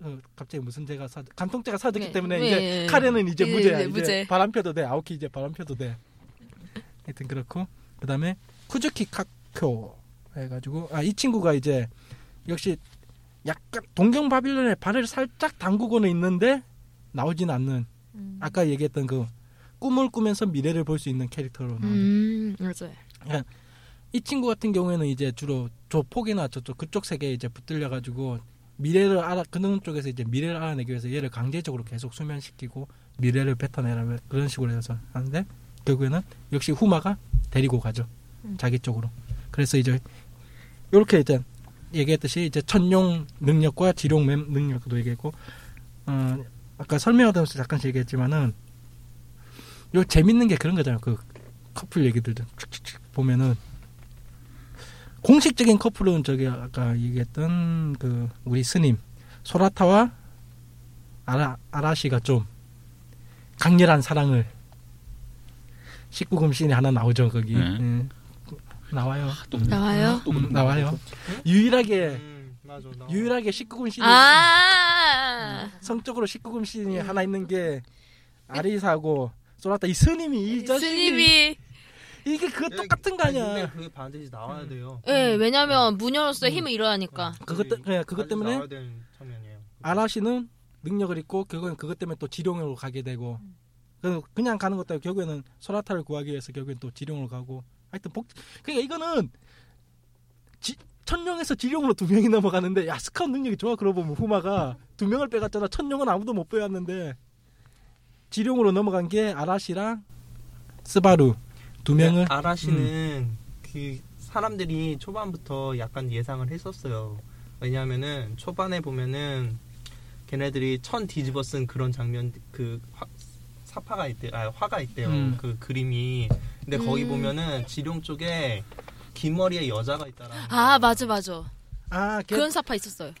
[SPEAKER 3] 어, 갑자기 무슨 제가 사 간통죄가 사줬기
[SPEAKER 8] 네.
[SPEAKER 3] 때문에
[SPEAKER 8] 네.
[SPEAKER 3] 이제 카렌은 이제
[SPEAKER 8] 네,
[SPEAKER 3] 무죄야.
[SPEAKER 8] 네,
[SPEAKER 3] 이제
[SPEAKER 8] 무죄.
[SPEAKER 3] 바람 펴도 돼. 아오키 이제 바람 펴도 돼. 하여튼 그렇고 그다음에 쿠즈키 카쿄 해가지고 아 이 친구가 이제 역시 약간 동경 바빌론에 발을 살짝 담그고는 있는데 나오진 않는 아까 얘기했던 그 꿈을 꾸면서 미래를 볼 수 있는 캐릭터로 나오는
[SPEAKER 8] 음, 맞아요.
[SPEAKER 3] 이 친구 같은 경우에는 이제 주로 저 폭이나 저쪽 그쪽 세계에 이제 붙들려 가지고 미래를 알아 그런 쪽에서 이제 미래를 알아내기 위해서 얘를 강제적으로 계속 수면시키고 미래를 뱉어내라 그런 식으로 해서 하는데 결국에는 역시 후마가 데리고 가죠 자기 쪽으로 그래서 이제 이렇게 이제 얘기했듯이 이제 천용 능력과 지룡 맴 능력도 얘기했고 어, 아까 설명하면서 잠깐 얘기했지만은 요 재밌는 게 그런 거잖아요 그 커플 얘기들도 쭉쭉쭉 보면은 공식적인 커플은 저기 아까 얘기했던 그 우리 스님 소라타와 아라 아라시가 좀 강렬한 사랑을 19금 씬이 하나 나오죠 거기
[SPEAKER 7] 네.
[SPEAKER 3] 예. 나와요
[SPEAKER 8] 나와요?
[SPEAKER 3] 음, 나와요 유일하게
[SPEAKER 2] 음, 맞아. 나
[SPEAKER 3] 네. 유일하게 19금 씬이
[SPEAKER 4] 아,
[SPEAKER 3] 성적으로 19금 씬이 하나 있는 게 아리사고 소라타 이 스님이 이 자식이
[SPEAKER 4] 스님이
[SPEAKER 3] 이게 그거 똑같은 거 아니야 음.
[SPEAKER 2] 근데 예, 그게 반드시 나와야 돼요.
[SPEAKER 4] 예, 왜냐면 무녀로서의 힘을 잃어야니까.
[SPEAKER 3] 그것 때- 예, 그것
[SPEAKER 2] 반드시
[SPEAKER 3] 때문에
[SPEAKER 2] 나와야 되는 장면이에요.
[SPEAKER 3] 아라시는 능력을 잃고 결국엔 그것 때문에 또 지룡으로 가게 되고 그- 그냥 가는 것도 아니고 결국에는 소라타를 구하기 위해서 결국엔 또 지룡으로 가고 하여튼 복 그러니까 이거는 지- 천룡에서 지룡으로 두 명이 넘어가는데 야 스카운 능력이 좋아 그러고 보면 후마가 두 명을 빼갔잖아 천룡은 아무도 못 빼왔는데 지룡으로 넘어간 게 아라시랑 스바루 두
[SPEAKER 2] 네,
[SPEAKER 3] 명을
[SPEAKER 2] 아라시는 그 사람들이 초반부터 약간 예상을 했었어요. 왜냐하면은 초반에 보면은 걔네들이 천 뒤집어 쓴 그런 장면 그 화, 사파가 있대, 아 화가 있대요.
[SPEAKER 3] 음.
[SPEAKER 2] 그 그림이. 근데 거기
[SPEAKER 4] 음.
[SPEAKER 2] 보면은 지룡 쪽에 긴 머리의 여자가 있다라는.
[SPEAKER 4] 아,
[SPEAKER 2] 거예요.
[SPEAKER 4] 맞아, 맞아.
[SPEAKER 3] 아, 걔,
[SPEAKER 4] 그런 사파 있었어요.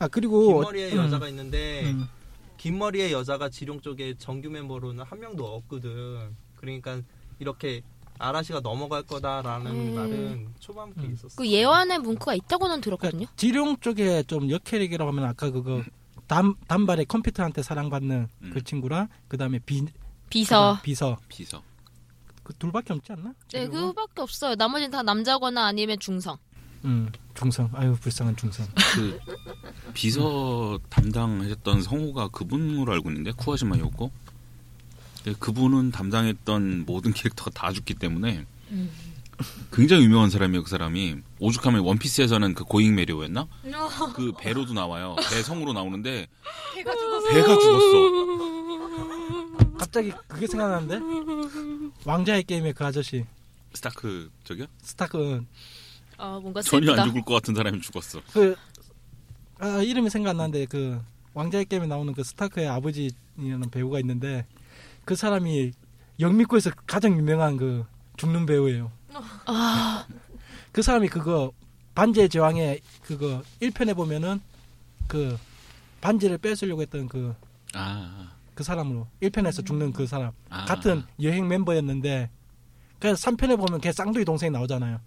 [SPEAKER 3] 아
[SPEAKER 2] 긴
[SPEAKER 3] 그리고
[SPEAKER 2] 머리의
[SPEAKER 3] 음,
[SPEAKER 2] 여자가 있는데
[SPEAKER 3] 음.
[SPEAKER 2] 긴 머리의 여자가 지룡 쪽에 정규 멤버로는 한 명도 없거든. 그러니까 이렇게 아라시가 넘어갈 거다라는
[SPEAKER 4] 음.
[SPEAKER 2] 말은 초반부터
[SPEAKER 3] 음.
[SPEAKER 2] 있었어.
[SPEAKER 4] 그 예언의 문구가 있다고는 들었거든요.
[SPEAKER 3] 그러니까 지룡 쪽에 좀 역캐릭이라고 하면 아까 그거 단, 단발의 컴퓨터한테 사랑받는
[SPEAKER 7] 음.
[SPEAKER 3] 그 친구랑 그다음에 비,
[SPEAKER 4] 비서.
[SPEAKER 3] 비서
[SPEAKER 7] 비서.
[SPEAKER 3] 그 둘밖에 없지 않나?
[SPEAKER 4] 네,
[SPEAKER 3] 지룡은?
[SPEAKER 4] 그밖에 없어요. 나머지는 다 남자거나 아니면 중성.
[SPEAKER 3] 음, 중성 아유 불쌍한 중성
[SPEAKER 7] 그 비서 담당하셨던 성우가 그분으로 알고 있는데 쿠아시마 요코. 네, 그분은 담당했던 모든 캐릭터가 다 죽기 때문에 굉장히 유명한 사람이에요. 그 사람이 오죽하면 원피스에서는 그 고잉 메리오였나? 그 배로도 나와요. 배 성우로 나오는데
[SPEAKER 8] 어. 배가 죽었어.
[SPEAKER 7] 배가 죽었어.
[SPEAKER 3] 갑자기 그게 생각나는데 왕자의 게임의 그 아저씨
[SPEAKER 7] 스타크 저기요?
[SPEAKER 3] 스타크
[SPEAKER 4] 아, 뭔가
[SPEAKER 7] 전혀
[SPEAKER 4] 슬프다.
[SPEAKER 7] 안 죽을 것 같은 사람이 죽었어.
[SPEAKER 3] 그 아, 이름이 생각나는데 그 왕자의 게임에 나오는 그 스타크의 아버지라는 배우가 있는데 그 사람이 영미코에서 가장 유명한 그 죽는 배우예요. 그 사람이 그거 반지의 제왕에 그거 1편에 보면은 그 반지를 뺏으려고 했던 그 그
[SPEAKER 7] 아,
[SPEAKER 3] 사람으로 1편에서 죽는 그 사람
[SPEAKER 7] 아.
[SPEAKER 3] 같은 여행 멤버였는데 그래서 3편에 보면 걔 쌍둥이 동생이 나오잖아요.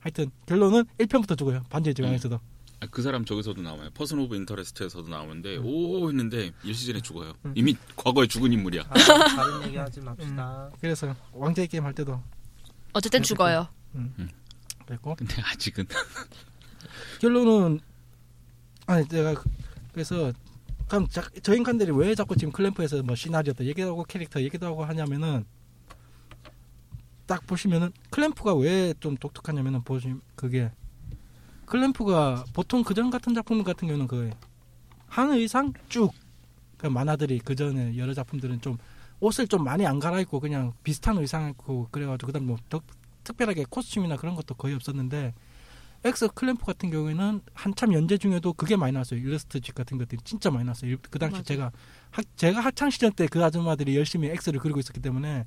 [SPEAKER 3] 하여튼 결론은 1편부터 죽어요. 반지의 제왕에서도.
[SPEAKER 7] 아, 그 사람 저기서도 나와요. 퍼슨 오브 인터레스트에서도 나오는데
[SPEAKER 3] 음.
[SPEAKER 7] 오 했는데 일시전에 죽어요. 이미 과거에 죽은 인물이야.
[SPEAKER 2] 다- 다른 얘기 하지 맙시다.
[SPEAKER 7] 음.
[SPEAKER 3] 그래서 왕자의 게임 할 때도
[SPEAKER 4] 어쨌든 죽어요.
[SPEAKER 3] 그랬고
[SPEAKER 7] 근데 아직은
[SPEAKER 3] 결론은 아니 제가 그- 그래서 그럼 자, 저 인간들이 왜 자꾸 지금 클램프에서 뭐 시나리오도 얘기도 하고 캐릭터 얘기도 하고 하냐면은 딱 보시면은 클램프가 왜 좀 독특하냐면은 보시면 그게 클램프가 보통 그전 같은 작품 같은 경우는 그 한 의상 쭉 그 만화들이 그 전에 여러 작품들은 좀 옷을 좀 많이 안 갈아입고 그냥 비슷한 의상 입고 그래가지고 그다음 뭐 더- 특별하게 코스튬이나 그런 것도 거의 없었는데 엑스 클램프 같은 경우에는 한참 연재 중에도 그게 많이 나왔어요. 일러스트집 같은 것들이 진짜 많이 나왔어요. 그 당시
[SPEAKER 4] 맞아요.
[SPEAKER 3] 제가 학, 제가 학창 시절 때 그 아줌마들이 열심히 엑스를 그리고 있었기 때문에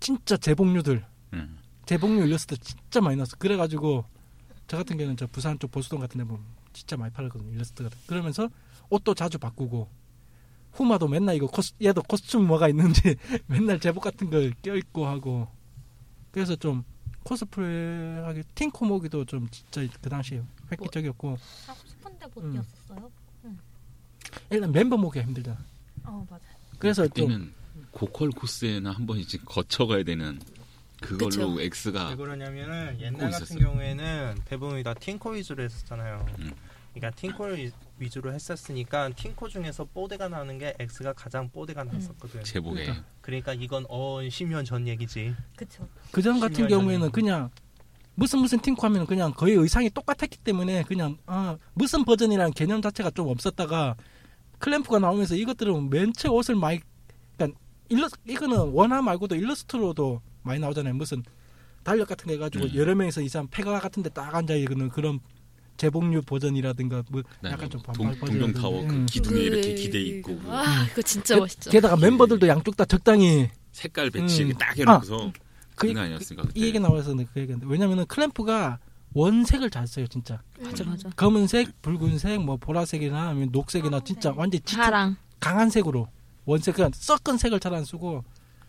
[SPEAKER 3] 진짜 제복류들
[SPEAKER 7] 음.
[SPEAKER 3] 제복류 일러스트 진짜 많이 나왔어. 그래가지고 저 같은 경우는 저 부산 쪽 보수동 같은 데 보면 진짜 많이 팔았거든요. 일러스트 같은. 그러면서 옷도 자주 바꾸고 후마도 맨날 이거 코스, 얘도 코스튬 뭐가 있는지 맨날 제복 같은 걸 껴입고 하고 그래서 좀 코스프레 하기 틴 코모기도 좀 진짜 그 당시 획기적이었고
[SPEAKER 7] 어.
[SPEAKER 8] 하고 싶은데 못
[SPEAKER 3] 음.
[SPEAKER 8] 뛰었었어요.
[SPEAKER 3] 일단 멤버 모기가 힘들잖아.
[SPEAKER 8] 어 맞아.
[SPEAKER 3] 그래서 좀
[SPEAKER 7] 네, 그때는 고퀄 코스에나 한 번씩 거쳐가야 되는 그걸로
[SPEAKER 4] 그쵸.
[SPEAKER 7] X가
[SPEAKER 2] 왜 그러냐면은
[SPEAKER 7] 꼭
[SPEAKER 2] 옛날 같은
[SPEAKER 7] 음. 있었어요.
[SPEAKER 2] 경우에는 대부분이 다 팅코 위주로 했었잖아요.
[SPEAKER 7] 음.
[SPEAKER 2] 그러니까 팅코 위주로 했었으니까 팅코 중에서 뽀대가 나는 게 X가 가장 뽀대가 났었거든.
[SPEAKER 7] 음. 제복에
[SPEAKER 3] 그러니까.
[SPEAKER 2] 그러니까 이건 어 10년 전 얘기지.
[SPEAKER 8] 그쵸.
[SPEAKER 3] 그전 같은
[SPEAKER 2] 신기하잖아요.
[SPEAKER 3] 경우에는 그냥 무슨 무슨 팅코 하면 그냥 거의 의상이 똑같았기 때문에 그냥 아 무슨 버전이라는 개념 자체가 좀 없었다가 클램프가 나오면서 이것들은 맨체 옷을 많이 그러니까 일러 이거는 원화 말고도 일러스트로도 많이 나오잖아요 무슨 달력 같은 거 해가지고
[SPEAKER 7] 음.
[SPEAKER 3] 여러 명이서 이상 폐가 같은 데 딱 앉아 있는 그런 제복류 버전이라든가 뭐 약간 좀 반팔
[SPEAKER 7] 네. 동, 동경 타워
[SPEAKER 3] 음.
[SPEAKER 7] 그 기둥에
[SPEAKER 4] 그-
[SPEAKER 7] 이렇게 기대 있고 그
[SPEAKER 4] 아 그거 진짜
[SPEAKER 3] 그-
[SPEAKER 4] 멋있죠.
[SPEAKER 3] 게다가 멤버들도 양쪽 다 적당히
[SPEAKER 7] 색깔 배치
[SPEAKER 3] 음.
[SPEAKER 7] 이렇게 딱 해놓고서
[SPEAKER 3] 그,
[SPEAKER 7] 장난 아니었으니까 그때
[SPEAKER 3] 이 얘기 나와서 내가 그 얘기인데 왜냐면은 클램프가 원색을 잘 써요 진짜
[SPEAKER 4] 맞아 맞아.
[SPEAKER 3] 검은색, 붉은색, 뭐 보라색이나 아니면 녹색이나 진짜 완전 짙은
[SPEAKER 4] 파랑.
[SPEAKER 3] 강한 색으로 원색 그냥 섞은 색을 잘 안 쓰고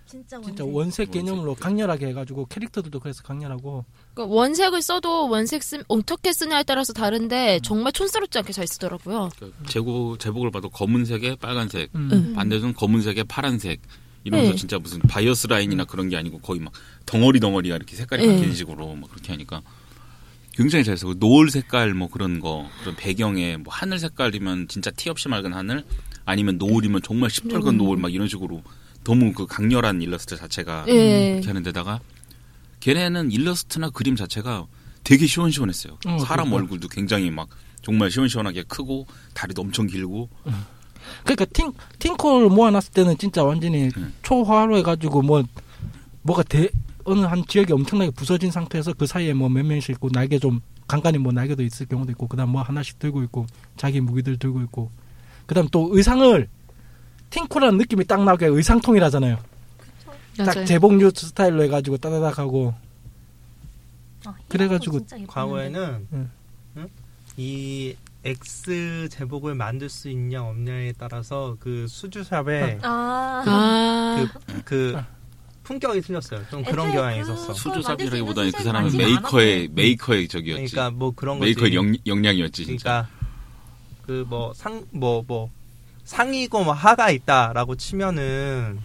[SPEAKER 8] 진짜 원색.
[SPEAKER 3] 진짜 원색
[SPEAKER 7] 원색.
[SPEAKER 3] 개념으로 강렬하게 해가지고 캐릭터들도 그래서 강렬하고
[SPEAKER 4] 그러니까 원색을 써도 원색 쓰 어떻게 쓰냐에 따라서 다른데 정말 촌스럽지 않게 잘 쓰더라고요.
[SPEAKER 7] 그러니까 제고 제복을 봐도 검은색에 빨간색
[SPEAKER 3] 음.
[SPEAKER 7] 반대로는 검은색에 파란색 이러면서
[SPEAKER 4] 네.
[SPEAKER 7] 진짜 무슨 바이어스 라인이나 그런 게 아니고 거의 막 덩어리 덩어리가 이렇게 색깔이
[SPEAKER 4] 네.
[SPEAKER 7] 바뀌는 식으로 막 그렇게 하니까 굉장히 잘 쓰고 노을 색깔 뭐 그런 거 그런 배경에 뭐 하늘 색깔이면 진짜 티 없이 맑은 하늘 아니면 노을이면 정말 시뻘건
[SPEAKER 4] 네.
[SPEAKER 7] 노을 막 이런 식으로 너무 그 강렬한 일러스트 자체가
[SPEAKER 4] 예.
[SPEAKER 7] 이렇게 하는 데다가 걔네는 일러스트나 그림 자체가 되게 시원시원했어요.
[SPEAKER 3] 어,
[SPEAKER 7] 사람
[SPEAKER 3] 그러니까.
[SPEAKER 7] 얼굴도 굉장히 막 정말 시원시원하게 크고 다리도 엄청 길고
[SPEAKER 3] 그러니까 팅 팅콜 모아놨을 때는 진짜 완전히
[SPEAKER 7] 음.
[SPEAKER 3] 초화로 해가지고 뭐 뭐가 대 어느 한 지역이 엄청나게 부서진 상태에서 그 사이에 뭐 몇 명씩 있고 날개 좀 간간히 뭐 날개도 있을 경우도 있고 그다음 뭐 하나씩 들고 있고 자기 무기들 들고 있고 그다음 또 의상을 팅콜라는 느낌이 딱 나게 의상통이라잖아요. 딱 제복류 스타일로 해가지고 따다닥 하고
[SPEAKER 8] 아, 희한한
[SPEAKER 3] 그래가지고
[SPEAKER 8] 거 진짜 예뻤는데.
[SPEAKER 2] 과거에는
[SPEAKER 3] 음.
[SPEAKER 2] 응? 이 X 제복을 만들 수 있냐 없냐에 따라서 그 수주샵에
[SPEAKER 8] 아.
[SPEAKER 4] 아.
[SPEAKER 2] 그 품격이 틀렸어요. 좀 그런
[SPEAKER 8] 애초에
[SPEAKER 2] 경향이
[SPEAKER 8] 그
[SPEAKER 2] 있었어.
[SPEAKER 7] 수조삽이라기보다는 그
[SPEAKER 8] 수조에
[SPEAKER 7] 사람은
[SPEAKER 8] 관심이
[SPEAKER 7] 메이커의 메이커의 저기였지.
[SPEAKER 2] 그러니까 뭐 그런 거지.
[SPEAKER 7] 메이커의 역, 역량이었지 진짜.
[SPEAKER 2] 그러니까 그 뭐 상 뭐 뭐 상이고 뭐 하가 있다라고 치면은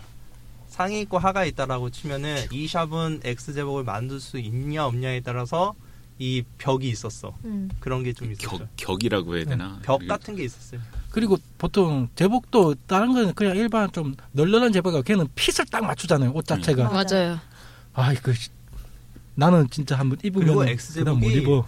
[SPEAKER 2] 상이 있고 하가 있다라고 치면은 이 샵은 X 제복을 만들 수 있냐 없냐에 따라서 이 벽이 있었어.
[SPEAKER 8] 음.
[SPEAKER 2] 그런 게 좀 있었죠.
[SPEAKER 7] 격, 격이라고 해야 되나?
[SPEAKER 2] 그러니까 네,
[SPEAKER 7] 그
[SPEAKER 2] 벽 같은 게 있었어요.
[SPEAKER 3] 그리고 보통 제복도 다른 거는 그냥 일반 좀 널널한 제복이고 걔는 핏을 딱 맞추잖아요 옷
[SPEAKER 4] 그 네.
[SPEAKER 3] 자체가
[SPEAKER 4] 맞아요.
[SPEAKER 3] 아 이거 씨. 나는 진짜 한번
[SPEAKER 2] 그리고
[SPEAKER 3] 입으면
[SPEAKER 2] X
[SPEAKER 3] 그다음 못
[SPEAKER 2] 제복이
[SPEAKER 3] 입어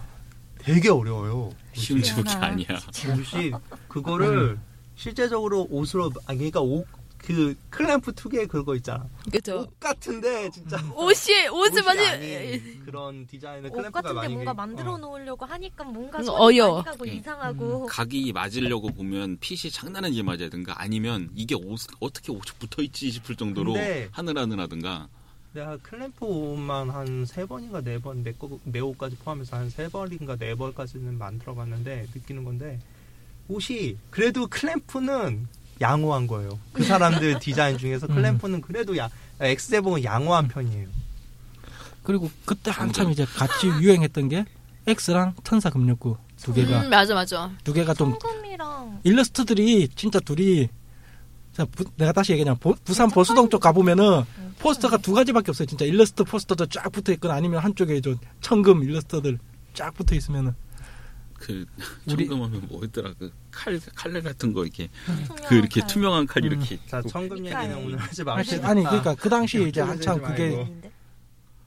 [SPEAKER 2] 되게 어려워요.
[SPEAKER 7] 쉬운 제목이
[SPEAKER 8] 희한하다.
[SPEAKER 7] 아니야.
[SPEAKER 2] 옷이 그거를 실제적으로 옷으로 아 그러니까 옷 그 클램프 투게 그거 있잖아.
[SPEAKER 4] 그죠.
[SPEAKER 2] 옷 같은데 진짜
[SPEAKER 6] 어,
[SPEAKER 4] 옷이 옷을
[SPEAKER 2] 옷이
[SPEAKER 4] 많이
[SPEAKER 2] 아닌 그런 디자인의
[SPEAKER 6] 옷
[SPEAKER 2] 클램프가
[SPEAKER 6] 같은데
[SPEAKER 2] 많이
[SPEAKER 6] 뭔가
[SPEAKER 2] 어.
[SPEAKER 6] 만들어 놓으려고 하니까 뭔가
[SPEAKER 4] 음,
[SPEAKER 6] 손이
[SPEAKER 4] 어여워.
[SPEAKER 6] 많이 가고
[SPEAKER 7] 예.
[SPEAKER 6] 이상하고
[SPEAKER 7] 각이 맞으려고 보면 핏이 장난은 게 맞아야든가 아니면 이게 옷 어떻게 옷이 붙어 있지 싶을 정도로
[SPEAKER 2] 근데-
[SPEAKER 7] 하늘하늘하든가
[SPEAKER 2] 내가 클램프 옷만 한 세 번인가 네 번 내 거 내 옷까지 포함해서 한 세 번인가 네 번까지는 만들어봤는데 느끼는 건데 옷이 그래도 클램프는 양호한 거예요. 그 사람들 디자인 중에서 클램프는 그래도 야 X 제복은 양호한 편이에요.
[SPEAKER 3] 그리고 그때 한참 이제 같이 유행했던 게 X랑 천사 금력구 두 개가
[SPEAKER 4] 음, 맞아 맞아.
[SPEAKER 3] 두 개가 좀 음.
[SPEAKER 6] 황금이랑
[SPEAKER 3] 일러스트들이 진짜 둘이 자, 부- 내가 다시 얘기하면 부, 산 보수동 쪽 가보면은 포스터가 두 가지밖에 없어요. 진짜 일러스트 포스터도 쫙 붙어 있거나 아니면 한쪽에 저 청금 일러스트들 쫙 붙어 있으면은
[SPEAKER 7] 그
[SPEAKER 3] 우리-
[SPEAKER 7] 청금하면 뭐였더라 그 칼 칼날 같은 거 이렇게 그 이렇게
[SPEAKER 2] 음.
[SPEAKER 7] 투명한 칼 이렇게
[SPEAKER 2] 자 청금 얘기는 오늘 하지 맙시다.
[SPEAKER 3] 아니 그러니까 그 당시 이제
[SPEAKER 2] 그런
[SPEAKER 3] 한참
[SPEAKER 2] 생각
[SPEAKER 3] 그게
[SPEAKER 2] 말고.
[SPEAKER 6] 아닌데?